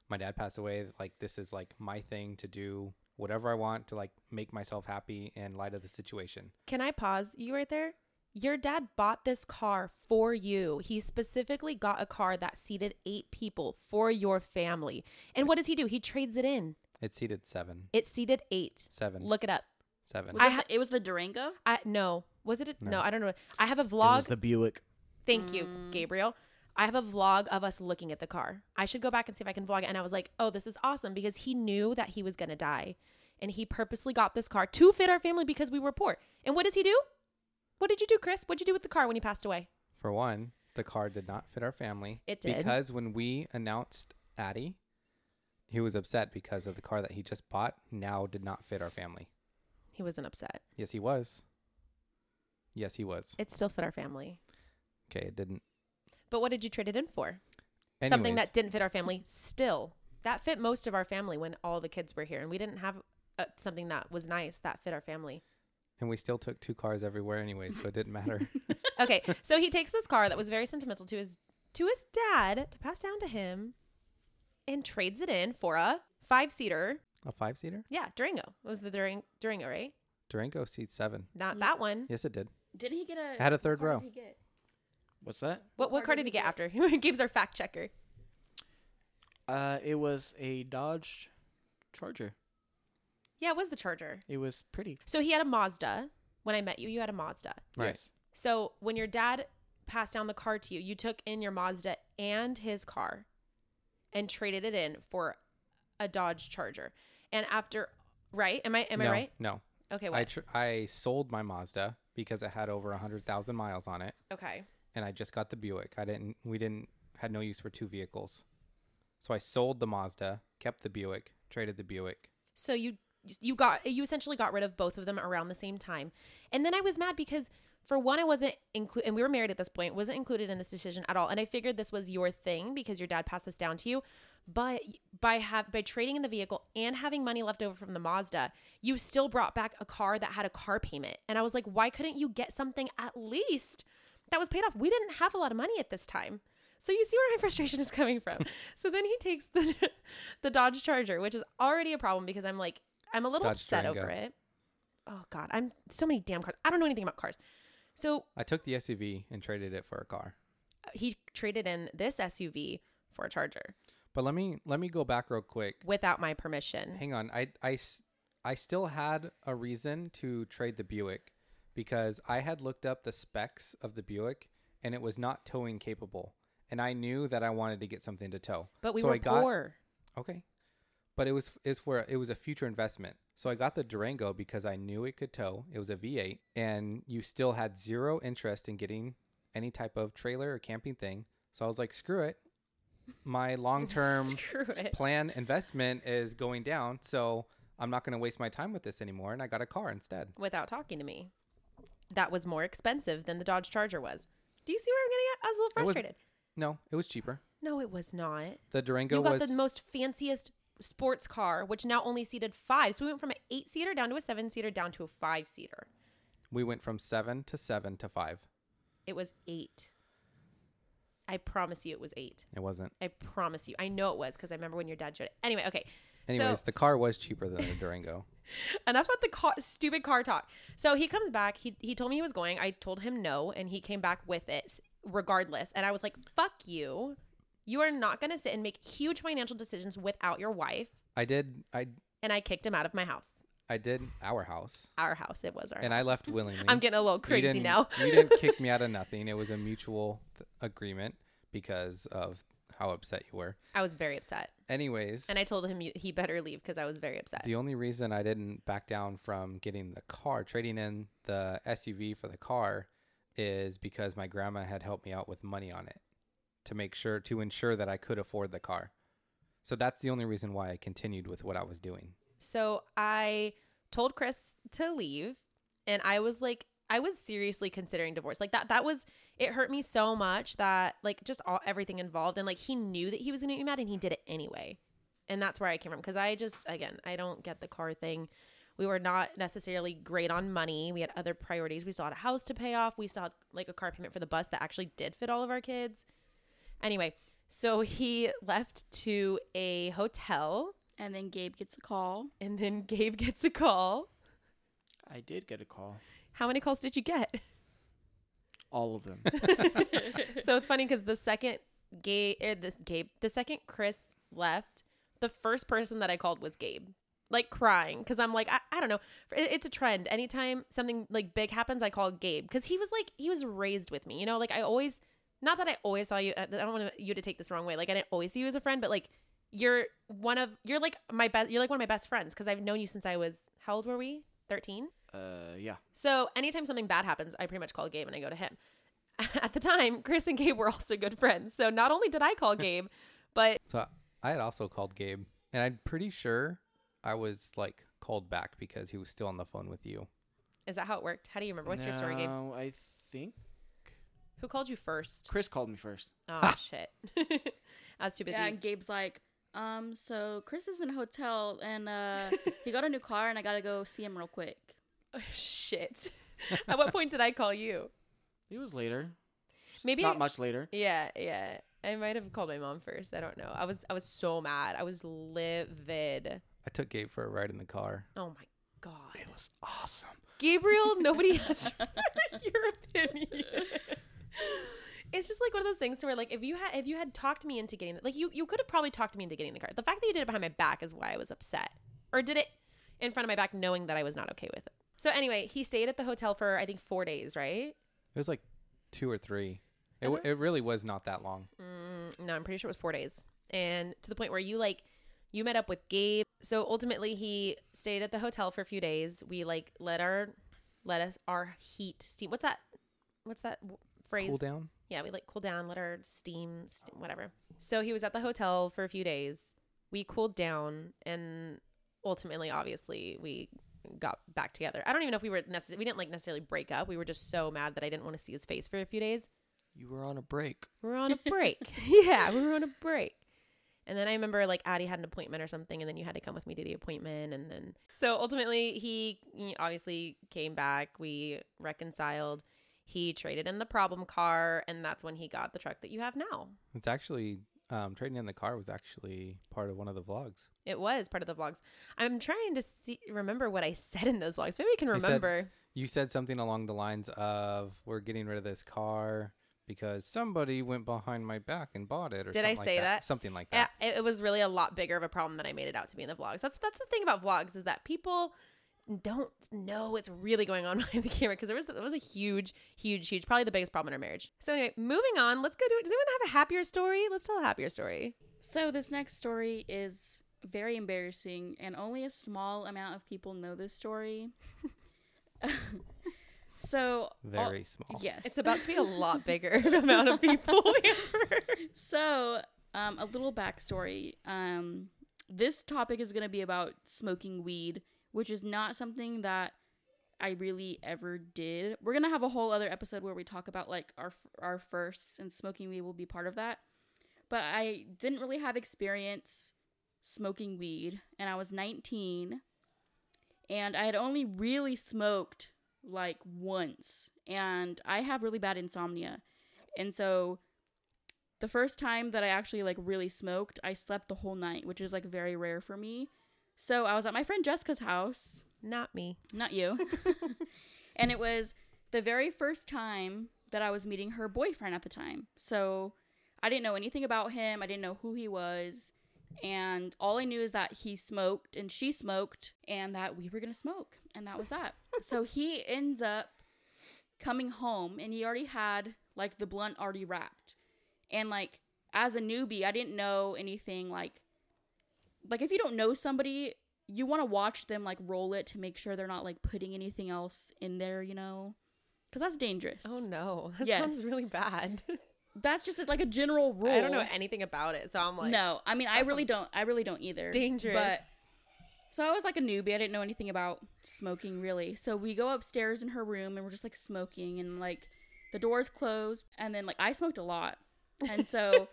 Speaker 3: my dad passed away. Like this is like my thing to do whatever I want to like make myself happy in light of the situation.
Speaker 4: Can I pause you right there? Your dad bought this car for you. He specifically got a car that seated eight people for your family. And what does he do? He trades it in.
Speaker 3: It seated seven,
Speaker 4: It seated eight.
Speaker 3: seven,
Speaker 4: Look it up.
Speaker 3: seven.
Speaker 2: Was
Speaker 4: I
Speaker 2: it,
Speaker 4: ha-
Speaker 2: the- it was the Durango.
Speaker 4: I no. Was it a, no.
Speaker 3: No.
Speaker 4: I don't know. I have a
Speaker 1: It
Speaker 4: vlog.
Speaker 1: was the Buick.
Speaker 4: Thank you, Gabriel. I have a vlog of us looking at the car. I should go back and see if I can vlog it. And I was like, oh, this is awesome because he knew that he was going to die. And he purposely got this car to fit our family because we were poor. And what does he do? What did you do, Chris? What did you do with the car when he passed away?
Speaker 3: For one, the car did not fit our family.
Speaker 4: It did.
Speaker 3: Because when we announced Addy, he was upset because of the car that he just bought now did not fit our family.
Speaker 4: He wasn't upset.
Speaker 3: Yes, he was. Yes, he was.
Speaker 4: It still fit our family.
Speaker 3: Okay, it didn't.
Speaker 4: But what did you trade it in for? Something
Speaker 3: Anyways,
Speaker 4: that didn't fit our family still. That fit most of our family when all the kids were here and we didn't have uh, something that was nice that fit our family.
Speaker 3: And we still took two cars everywhere anyway, so it didn't matter.
Speaker 4: Okay, so he takes this car that was very sentimental to his to his dad to pass down to him and trades it in for a five-seater
Speaker 3: A five seater?
Speaker 4: Yeah, Durango. It was the Durang- Durango, right?
Speaker 3: Durango seats seven.
Speaker 4: Not
Speaker 2: Yeah.
Speaker 4: that one.
Speaker 3: Yes, it did.
Speaker 2: Didn't he get a?
Speaker 3: I had a third
Speaker 2: what car
Speaker 3: row.
Speaker 2: did he get?
Speaker 1: What's that?
Speaker 4: What, what car did he get after? Gabe's our fact checker.
Speaker 1: Uh, it was a Dodge Charger.
Speaker 4: Yeah, it was the Charger.
Speaker 1: It was pretty.
Speaker 4: So he had a Mazda. When I met you, you had a Mazda.
Speaker 3: Right.
Speaker 1: Yes.
Speaker 4: So when your dad passed down the car to you, you took in your Mazda and his car and traded it in for a Dodge Charger. And after, right? Am I am I
Speaker 3: No,
Speaker 4: right?
Speaker 3: No.
Speaker 4: Okay,
Speaker 3: I
Speaker 4: what?
Speaker 3: tr- I sold my Mazda because it had over a hundred thousand miles on it,
Speaker 4: okay.
Speaker 3: and I just got the Buick. I didn't. We didn't had no use for two vehicles, so I sold the Mazda, kept the Buick, traded the Buick.
Speaker 4: So you you got you essentially got rid of both of them around the same time. And then I was mad because for one I wasn't included and we were married at this point, wasn't included in this decision at all. And I figured this was your thing because your dad passed this down to you. But by have by trading in the vehicle and having money left over from the Mazda, you still brought back a car that had a car payment. And I was like, why couldn't you get something at least that was paid off? We didn't have a lot of money at this time. So you see where my frustration is coming from. so then he takes the the Dodge Charger, which is already a problem because I'm like I'm a little
Speaker 3: Dodge
Speaker 4: upset over
Speaker 3: Durango.
Speaker 4: it. Oh god, I'm so many damn cars. I don't know anything about cars. So
Speaker 3: I took the SUV and traded it for a car.
Speaker 4: uh, he traded in this SUV for a Charger
Speaker 3: But let me let me go back real quick.
Speaker 4: without my permission.
Speaker 3: Hang on. I I s- I still had a reason to trade the Buick because I had looked up the specs of the Buick and it was not towing capable. And I knew that I wanted to get something to tow.
Speaker 4: But we
Speaker 3: So
Speaker 4: were
Speaker 3: I got-
Speaker 4: poor.
Speaker 3: Okay. But it was is for it was a future investment. So I got the Durango because I knew it could tow. It was a V8 and you still had zero interest in getting any type of trailer or camping thing. So I was like, screw it. My long-term
Speaker 4: Screw it.
Speaker 3: plan investment is going down, so I'm not going to waste my time with this anymore and I got a car instead.
Speaker 4: Without talking to me. That was more expensive than the Dodge Charger was. Do you see where I'm getting at? I was a little
Speaker 3: It was-
Speaker 4: frustrated.
Speaker 3: No, it was cheaper.
Speaker 4: no, it was not.
Speaker 3: The Durango
Speaker 4: you got
Speaker 3: was
Speaker 4: the most fanciest sports car, which now only seated five. So we went from an eight seater down to a seven seater down to a five seater.
Speaker 3: we went from 7 to 7 to 5.
Speaker 4: It was eight. I promise you it was eight.
Speaker 3: It wasn't.
Speaker 4: I promise you. I know it was because I remember when your dad showed it. Anyway, okay.
Speaker 3: Anyways,
Speaker 4: so
Speaker 3: the car was cheaper than the Durango.
Speaker 4: enough about the car, stupid car talk. So he comes back. He he told me he was going. I told him no, and he came back with it s- regardless. And I was like, "Fuck you! You are not going to sit and make huge financial decisions without your wife."
Speaker 3: I did I
Speaker 4: And I kicked him out of my house.
Speaker 3: I did our house,
Speaker 4: Our house. It was our.
Speaker 3: and I left willingly.
Speaker 4: I'm getting a little
Speaker 3: You
Speaker 4: crazy
Speaker 3: didn't-
Speaker 4: now.
Speaker 3: you didn't kick me out of nothing. It was a mutual th- agreement because of how upset you were.
Speaker 4: I was very upset,
Speaker 3: Anyways,
Speaker 4: and I told him you- he better leave because I was very upset.
Speaker 3: the only reason I didn't back down from getting the car, trading in the SUV for the car, is because my grandma had helped me out with money on it to make sure to ensure that I could afford the car. So that's the only reason why I continued with what I was doing.
Speaker 4: So I told Chris to leave and I was like I was seriously considering divorce. Like that that was it hurt me so much that like just all everything involved and like he knew that he was going to be mad and he did it anyway. And that's where I came from cuz I just again, I don't get the car thing. We were not necessarily great on money. We had other priorities. We still had a house to pay off. We still had like a car payment for the bus that actually did fit all of our kids. Anyway, so he left to a hotel
Speaker 2: And then Gabe gets a call.
Speaker 4: and then Gabe gets a call.
Speaker 1: I did get a call.
Speaker 4: How many calls did you get?
Speaker 1: All of them.
Speaker 4: so it's funny because the second Gabe, er, this Gabe, the second Chris left, the first person that I called was Gabe, like crying because I'm like, I, I don't know, It- it's a trend. Anytime something like big happens, I call Gabe because he was like, he was raised with me, you know, like I always, not that I always saw you. uh, I don't want you to take this wrong way. Like I didn't always see you as a friend, but like you're one of, you're like my best, you're like one of my best friends because I've known you since I was how old were we? Thirteen.
Speaker 1: uh, yeah.
Speaker 4: So anytime something bad happens, I pretty much call Gabe and I go to him. At the time, Chris and Gabe were also good friends. So not only did I call Gabe, but
Speaker 3: So I had also called Gabe, and I'm pretty sure I was like called back because he was still on the phone with you.
Speaker 4: is that how it worked? How do you remember? What's your story, Gabe?
Speaker 1: No, I think
Speaker 4: Who called you first?
Speaker 1: Chris called me first.
Speaker 4: Oh shit. I was too busy.
Speaker 2: Yeah, and Gabe's like, um, so Chris is in a hotel and uh he got a new car and I gotta go see him real quick.
Speaker 4: Oh, shit. At what point did I call you?
Speaker 1: It was later.
Speaker 4: Maybe
Speaker 1: Not
Speaker 4: I-
Speaker 1: much later.
Speaker 4: Yeah, yeah. I might have called my mom first. I don't know. I was I was so mad. I was livid.
Speaker 3: I I took Gabe for a ride in the car.
Speaker 4: Oh my god.
Speaker 1: It was awesome.
Speaker 4: Gabriel, nobody has your opinion. It's just like one of those things to where like if you had if you had talked me into getting the, like you you could have probably talked me into getting the car. The fact that you did it behind my back is why I was upset. Or did it in front of my back knowing that I was not okay with it. So anyway, he stayed at the hotel for I think 4 days, right?
Speaker 3: It was like two or three. It,
Speaker 4: Mm-hmm.
Speaker 3: w- it really was not that long.
Speaker 4: No, I'm pretty sure it was 4 days. And to the point where you like you met up with Gabe. So ultimately he stayed at the hotel for a few days. We like let our let us our heat steam. What's that? What's that w- phrase?
Speaker 3: Cool down.
Speaker 4: Yeah, we like cool down, let our steam, steam, whatever. So he was at the hotel for a few days. We cooled down, and ultimately, obviously, we got back together. I don't even know if we were necessarily we didn't like necessarily break up. We were just so mad that I didn't want to see his face for a few days.
Speaker 1: You were on a break.
Speaker 4: We were on a break. yeah, we were on a break. And then I remember like Addie had an appointment or something, and then you had to come with me to the appointment. And then so ultimately he he obviously came back. We reconciled. He traded in the problem car, and that's when he got the truck that you have now.
Speaker 3: It's actually um, trading in the car was actually part of one of the vlogs.
Speaker 4: It was part of the vlogs. I'm trying to see remember what I said in those vlogs. Maybe I can
Speaker 3: You said-
Speaker 4: remember.
Speaker 3: You said something along the lines of "We're getting rid of this car because somebody went behind my back and bought it." Or
Speaker 4: Did I
Speaker 3: something like
Speaker 4: say that?
Speaker 3: Something like
Speaker 4: Yeah,
Speaker 3: that.
Speaker 4: it, it was really a lot bigger of a problem than I made it out to be in the vlogs. That's that's the thing about vlogs is that people don't know what's really going on behind the camera because there was there was a huge, huge, huge, probably the biggest problem in our marriage. So anyway, moving on. Let's go do it. Does anyone have a happier story? Let's tell a happier story.
Speaker 2: So this next story is very embarrassing, and only a small amount of people know this story. so all-
Speaker 4: Oh,
Speaker 3: Very small.
Speaker 2: yes,
Speaker 4: It's about to be a lot bigger amount of people.
Speaker 2: So, um, a little backstory. Um, this topic is going to be about smoking weed, which is not something that I really ever did. We're going to have a whole other episode where we talk about like our our firsts and smoking weed will be part of that. But I didn't really have experience smoking weed and I was 19 and I had only really smoked like once and I have really bad insomnia. And so the first time that I actually like really smoked, I slept the whole night, which is like very rare for me. So I was at my friend Jessica's house,
Speaker 4: Not me.
Speaker 2: not you. and it was the very first time that I was meeting her boyfriend at the time. So I didn't know anything about him, I didn't know who he was. And all I knew is that he smoked and she smoked and that we were going to smoke. And that was that. so he ends up coming home and he already had like the blunt already wrapped and like as a newbie i didn't know anything like like if you don't know somebody you want to watch them like roll it to make sure they're not like putting anything else in there you know because that's dangerous
Speaker 4: Oh no, that
Speaker 2: Yes.
Speaker 4: sounds really bad.
Speaker 2: that's just like a general rule
Speaker 4: I don't know anything about it, so I'm like,
Speaker 2: no i mean i really don't i really don't either
Speaker 4: Dangerous.
Speaker 2: but so i was like a newbie i didn't know anything about smoking really so we go upstairs in her room and we're just like smoking and like the doors closed and then like i smoked a lot and so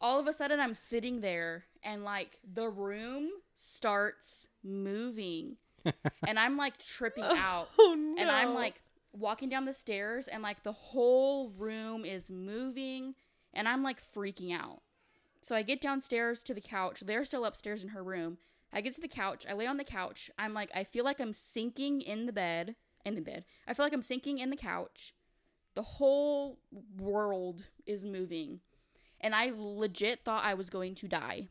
Speaker 2: all of a sudden i'm sitting there and like the room starts moving and i'm like tripping out
Speaker 4: Oh no.
Speaker 2: and I'm like walking down the stairs and like the whole room is moving and I'm like freaking out. So I get downstairs to the couch. They're still upstairs in her room. I get to the couch. I lay on the couch. I'm like I feel like I'm sinking in the bed, in the bed. I feel like I'm sinking in the couch. The whole world is moving. And I legit thought I was going to die.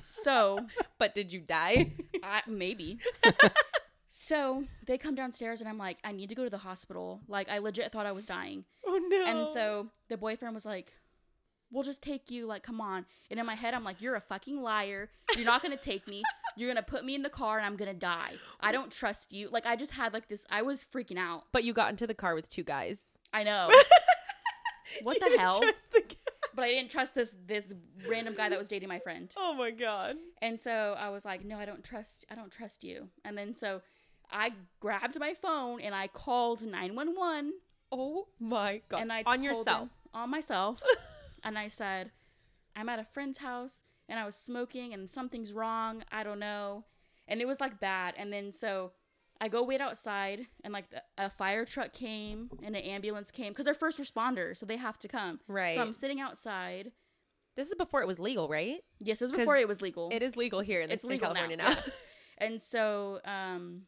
Speaker 2: so
Speaker 4: but did you die?
Speaker 2: I, maybe. so they come downstairs and I'm like, I need to go to the hospital. Like I legit thought I was dying.
Speaker 4: oh no.
Speaker 2: And so the boyfriend was like, We'll just take you, like, come on. And in my head, I'm like, You're a fucking liar. You're not gonna take me. You're gonna put me in the car and I'm gonna die. I don't trust you. Like I just had like this I was freaking out.
Speaker 4: But you got into the car with two guys.
Speaker 2: I know. what the hell? But I didn't trust this this random guy that was dating my friend.
Speaker 4: Oh my god.
Speaker 2: And so I was like, no, I don't trust I don't trust you. And then so I grabbed my phone and I called 911
Speaker 4: Oh my god.
Speaker 2: and I
Speaker 4: on
Speaker 2: told
Speaker 4: yourself.
Speaker 2: them- on myself and I said, I'm at a friend's house and I was smoking and something's wrong, I don't know. And it was like bad and then so I go wait outside and like the, a fire truck came and an ambulance came cuz they're first responders, so they have to come.
Speaker 4: Right.
Speaker 2: So I'm sitting outside
Speaker 4: This is before it was legal, right?
Speaker 2: Yes, it was
Speaker 4: 'Cause
Speaker 2: before it was legal.
Speaker 4: It is legal here in,
Speaker 2: It's
Speaker 4: it's
Speaker 2: legal
Speaker 4: in California
Speaker 2: now,
Speaker 4: now.
Speaker 2: And so, um,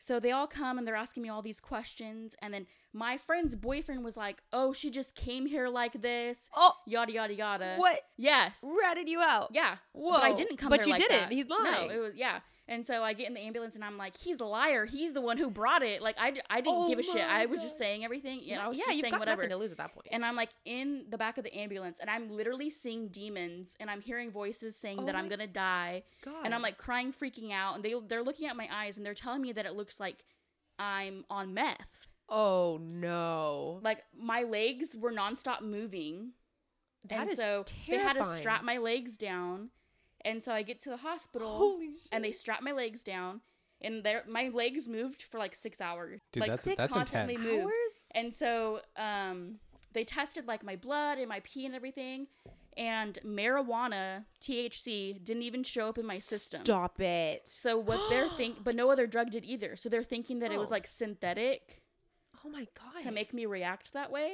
Speaker 2: so they all come and they're asking me all these questions. And then my friend's boyfriend was like, "Oh, she just came here like this."
Speaker 4: oh,
Speaker 2: Yada yada yada.
Speaker 4: what
Speaker 2: Yes.
Speaker 4: ratted you out?
Speaker 2: Yeah.
Speaker 4: Whoa.
Speaker 2: But I didn't come.
Speaker 4: But
Speaker 2: there
Speaker 4: you
Speaker 2: like
Speaker 4: didn't.
Speaker 2: that.
Speaker 4: He's lying.
Speaker 2: No, it was yeah. And so I get in the ambulance and I'm like, he's a liar. He's the one who brought it. Like I, d- I didn't
Speaker 4: Oh
Speaker 2: give a shit.
Speaker 4: my
Speaker 2: I was just
Speaker 4: God.
Speaker 2: saying everything. Yeah, I was
Speaker 4: yeah,
Speaker 2: just
Speaker 4: you've
Speaker 2: saying
Speaker 4: got
Speaker 2: whatever.
Speaker 4: nothing to lose at that point.
Speaker 2: And I'm like in the back of the ambulance and I'm literally seeing demons and I'm hearing voices saying
Speaker 4: Oh
Speaker 2: that I'm
Speaker 4: my
Speaker 2: going to die.
Speaker 4: God.
Speaker 2: And I'm like crying, freaking out. And they, they're looking at my eyes and they're telling me that it looks like I'm on meth.
Speaker 4: oh no,
Speaker 2: Like my legs were nonstop moving.
Speaker 4: That
Speaker 2: and
Speaker 4: is
Speaker 2: so they had to
Speaker 4: terrifying.
Speaker 2: strap my legs down. And so I get to the hospital
Speaker 4: Holy
Speaker 2: and they strap my legs down. And there, my legs moved for like six hours.
Speaker 3: Dude,
Speaker 2: like
Speaker 3: that's-
Speaker 2: six
Speaker 3: that's
Speaker 2: constantly
Speaker 3: intense.
Speaker 2: moved.
Speaker 4: Hours?
Speaker 2: And so um, they tested like my blood and my pee and everything. And marijuana, THC, didn't even show up in my system.
Speaker 4: Stop it!
Speaker 2: So what they're think, but no other drug did either. So they're thinking that it was
Speaker 4: Oh.
Speaker 2: like synthetic
Speaker 4: Oh my god.
Speaker 2: to make me react that way.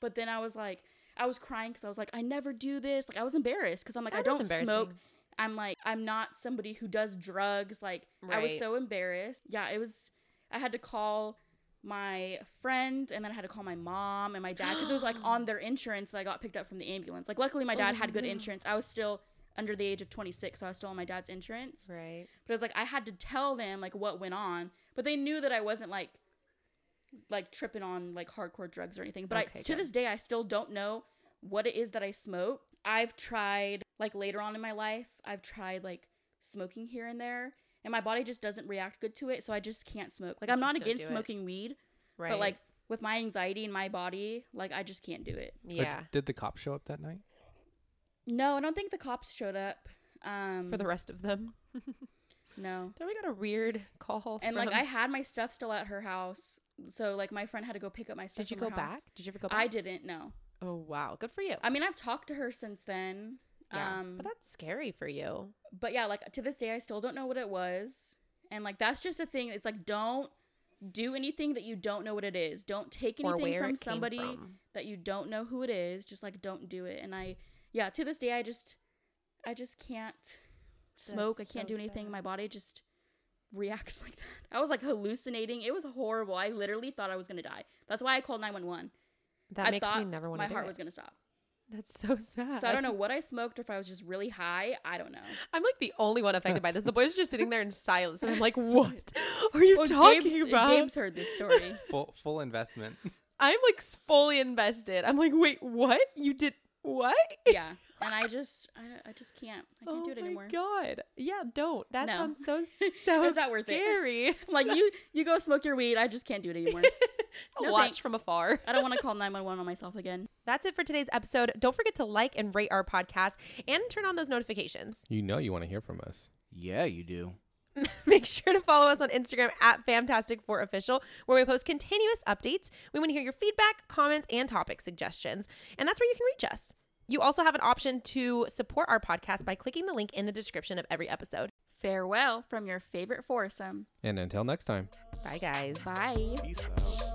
Speaker 2: But then I was like, I was crying because I was like, I never do this. Like I was embarrassed because I'm like,
Speaker 4: That
Speaker 2: I
Speaker 4: is
Speaker 2: don't smoke.
Speaker 4: embarrassing.
Speaker 2: I'm like, I'm not somebody who does drugs. Like I was
Speaker 4: Right.
Speaker 2: so embarrassed. Yeah, it was. I had to call my friend and then I had to call my mom and my dad because it was like on their insurance that I got picked up from the ambulance. Like luckily my
Speaker 4: Oh,
Speaker 2: dad had good insurance. I was still under the age of 26, so I was still on my dad's insurance.
Speaker 4: right.
Speaker 2: But it was like I had to tell them like what went on, but they knew that I wasn't like like tripping on like hardcore drugs or anything. But I,
Speaker 4: Okay,
Speaker 2: to
Speaker 4: good.
Speaker 2: this day, I still don't know what it is that I smoke. I've tried like later on in my life, I've tried like smoking here and there, and my body just doesn't react good to it, so I just can't smoke. Like
Speaker 4: You
Speaker 2: I'm not
Speaker 4: just don't
Speaker 2: against
Speaker 4: do it.
Speaker 2: smoking weed,
Speaker 4: Right.
Speaker 2: but like with my anxiety in my body, like I just can't do it.
Speaker 3: But
Speaker 4: yeah.
Speaker 3: Did the cops show up that night?
Speaker 2: No, I don't think the cops showed up. Um,
Speaker 4: For the rest of them.
Speaker 2: no,
Speaker 4: Then we got a weird call.
Speaker 2: and like
Speaker 4: from-
Speaker 2: I had my stuff still at her house, so like my friend had to go pick up my stuff.
Speaker 4: did you
Speaker 2: from
Speaker 4: go
Speaker 2: her
Speaker 4: back?
Speaker 2: house.
Speaker 4: Did you ever go back?
Speaker 2: I didn't. No,
Speaker 4: Oh wow, good for you.
Speaker 2: I mean I've talked to her since then.
Speaker 4: yeah.
Speaker 2: Um,
Speaker 4: but that's scary for you.
Speaker 2: but yeah, like to this day I still don't know what it was, and like that's just a thing. It's like don't do anything that you don't know what it is. Don't take
Speaker 4: Or
Speaker 2: anything
Speaker 4: where it
Speaker 2: from
Speaker 4: came
Speaker 2: somebody
Speaker 4: from.
Speaker 2: that you don't know who it is. Just like don't do it. And I, yeah, to this day I just, I just can't smoke.
Speaker 4: That's
Speaker 2: I can't
Speaker 4: so
Speaker 2: do anything.
Speaker 4: sad.
Speaker 2: My body just reacts like that. I was like hallucinating. It was horrible. I literally thought I was gonna die. That's why I called nine one one.
Speaker 4: That
Speaker 2: I
Speaker 4: makes
Speaker 2: thought
Speaker 4: me never want
Speaker 2: my
Speaker 4: to.
Speaker 2: heart was gonna stop.
Speaker 4: That's so sad.
Speaker 2: So I don't know what I smoked or if I was just really high. I don't know.
Speaker 4: I'm like the only one affected by this. The boys are just sitting there in silence, and I'm like, "What are you talking
Speaker 2: Gabe's,
Speaker 4: about?"
Speaker 2: Gabe's heard this story.
Speaker 3: Full full investment.
Speaker 4: I'm like fully invested. I'm like, "Wait, what? You did what?"
Speaker 2: yeah, and I just, I, don't- I just can't. I can't
Speaker 4: oh
Speaker 2: do it
Speaker 4: my
Speaker 2: anymore.
Speaker 4: god! Yeah, don't. That
Speaker 2: No.
Speaker 4: sounds so so
Speaker 2: It's not worth it.
Speaker 4: scary.
Speaker 2: I'm like you, you go smoke your weed. I just can't do it anymore. No
Speaker 4: Watch
Speaker 2: thanks.
Speaker 4: from afar.
Speaker 2: I don't want to call nine one one on myself again.
Speaker 4: That's it for today's episode. Don't forget to like and rate our podcast and turn on those notifications.
Speaker 3: you know you want to hear from us.
Speaker 1: Yeah, you do.
Speaker 4: Make sure to follow us on Instagram at Fantastic4Official, where we post continuous updates. We want to hear your feedback, comments, and topic suggestions. And that's where you can reach us. You also have an option to support our podcast by clicking the link in the description of every episode.
Speaker 2: Farewell from your favorite foursome.
Speaker 3: And until next time.
Speaker 4: Bye, guys.
Speaker 2: Bye.
Speaker 1: Peace out.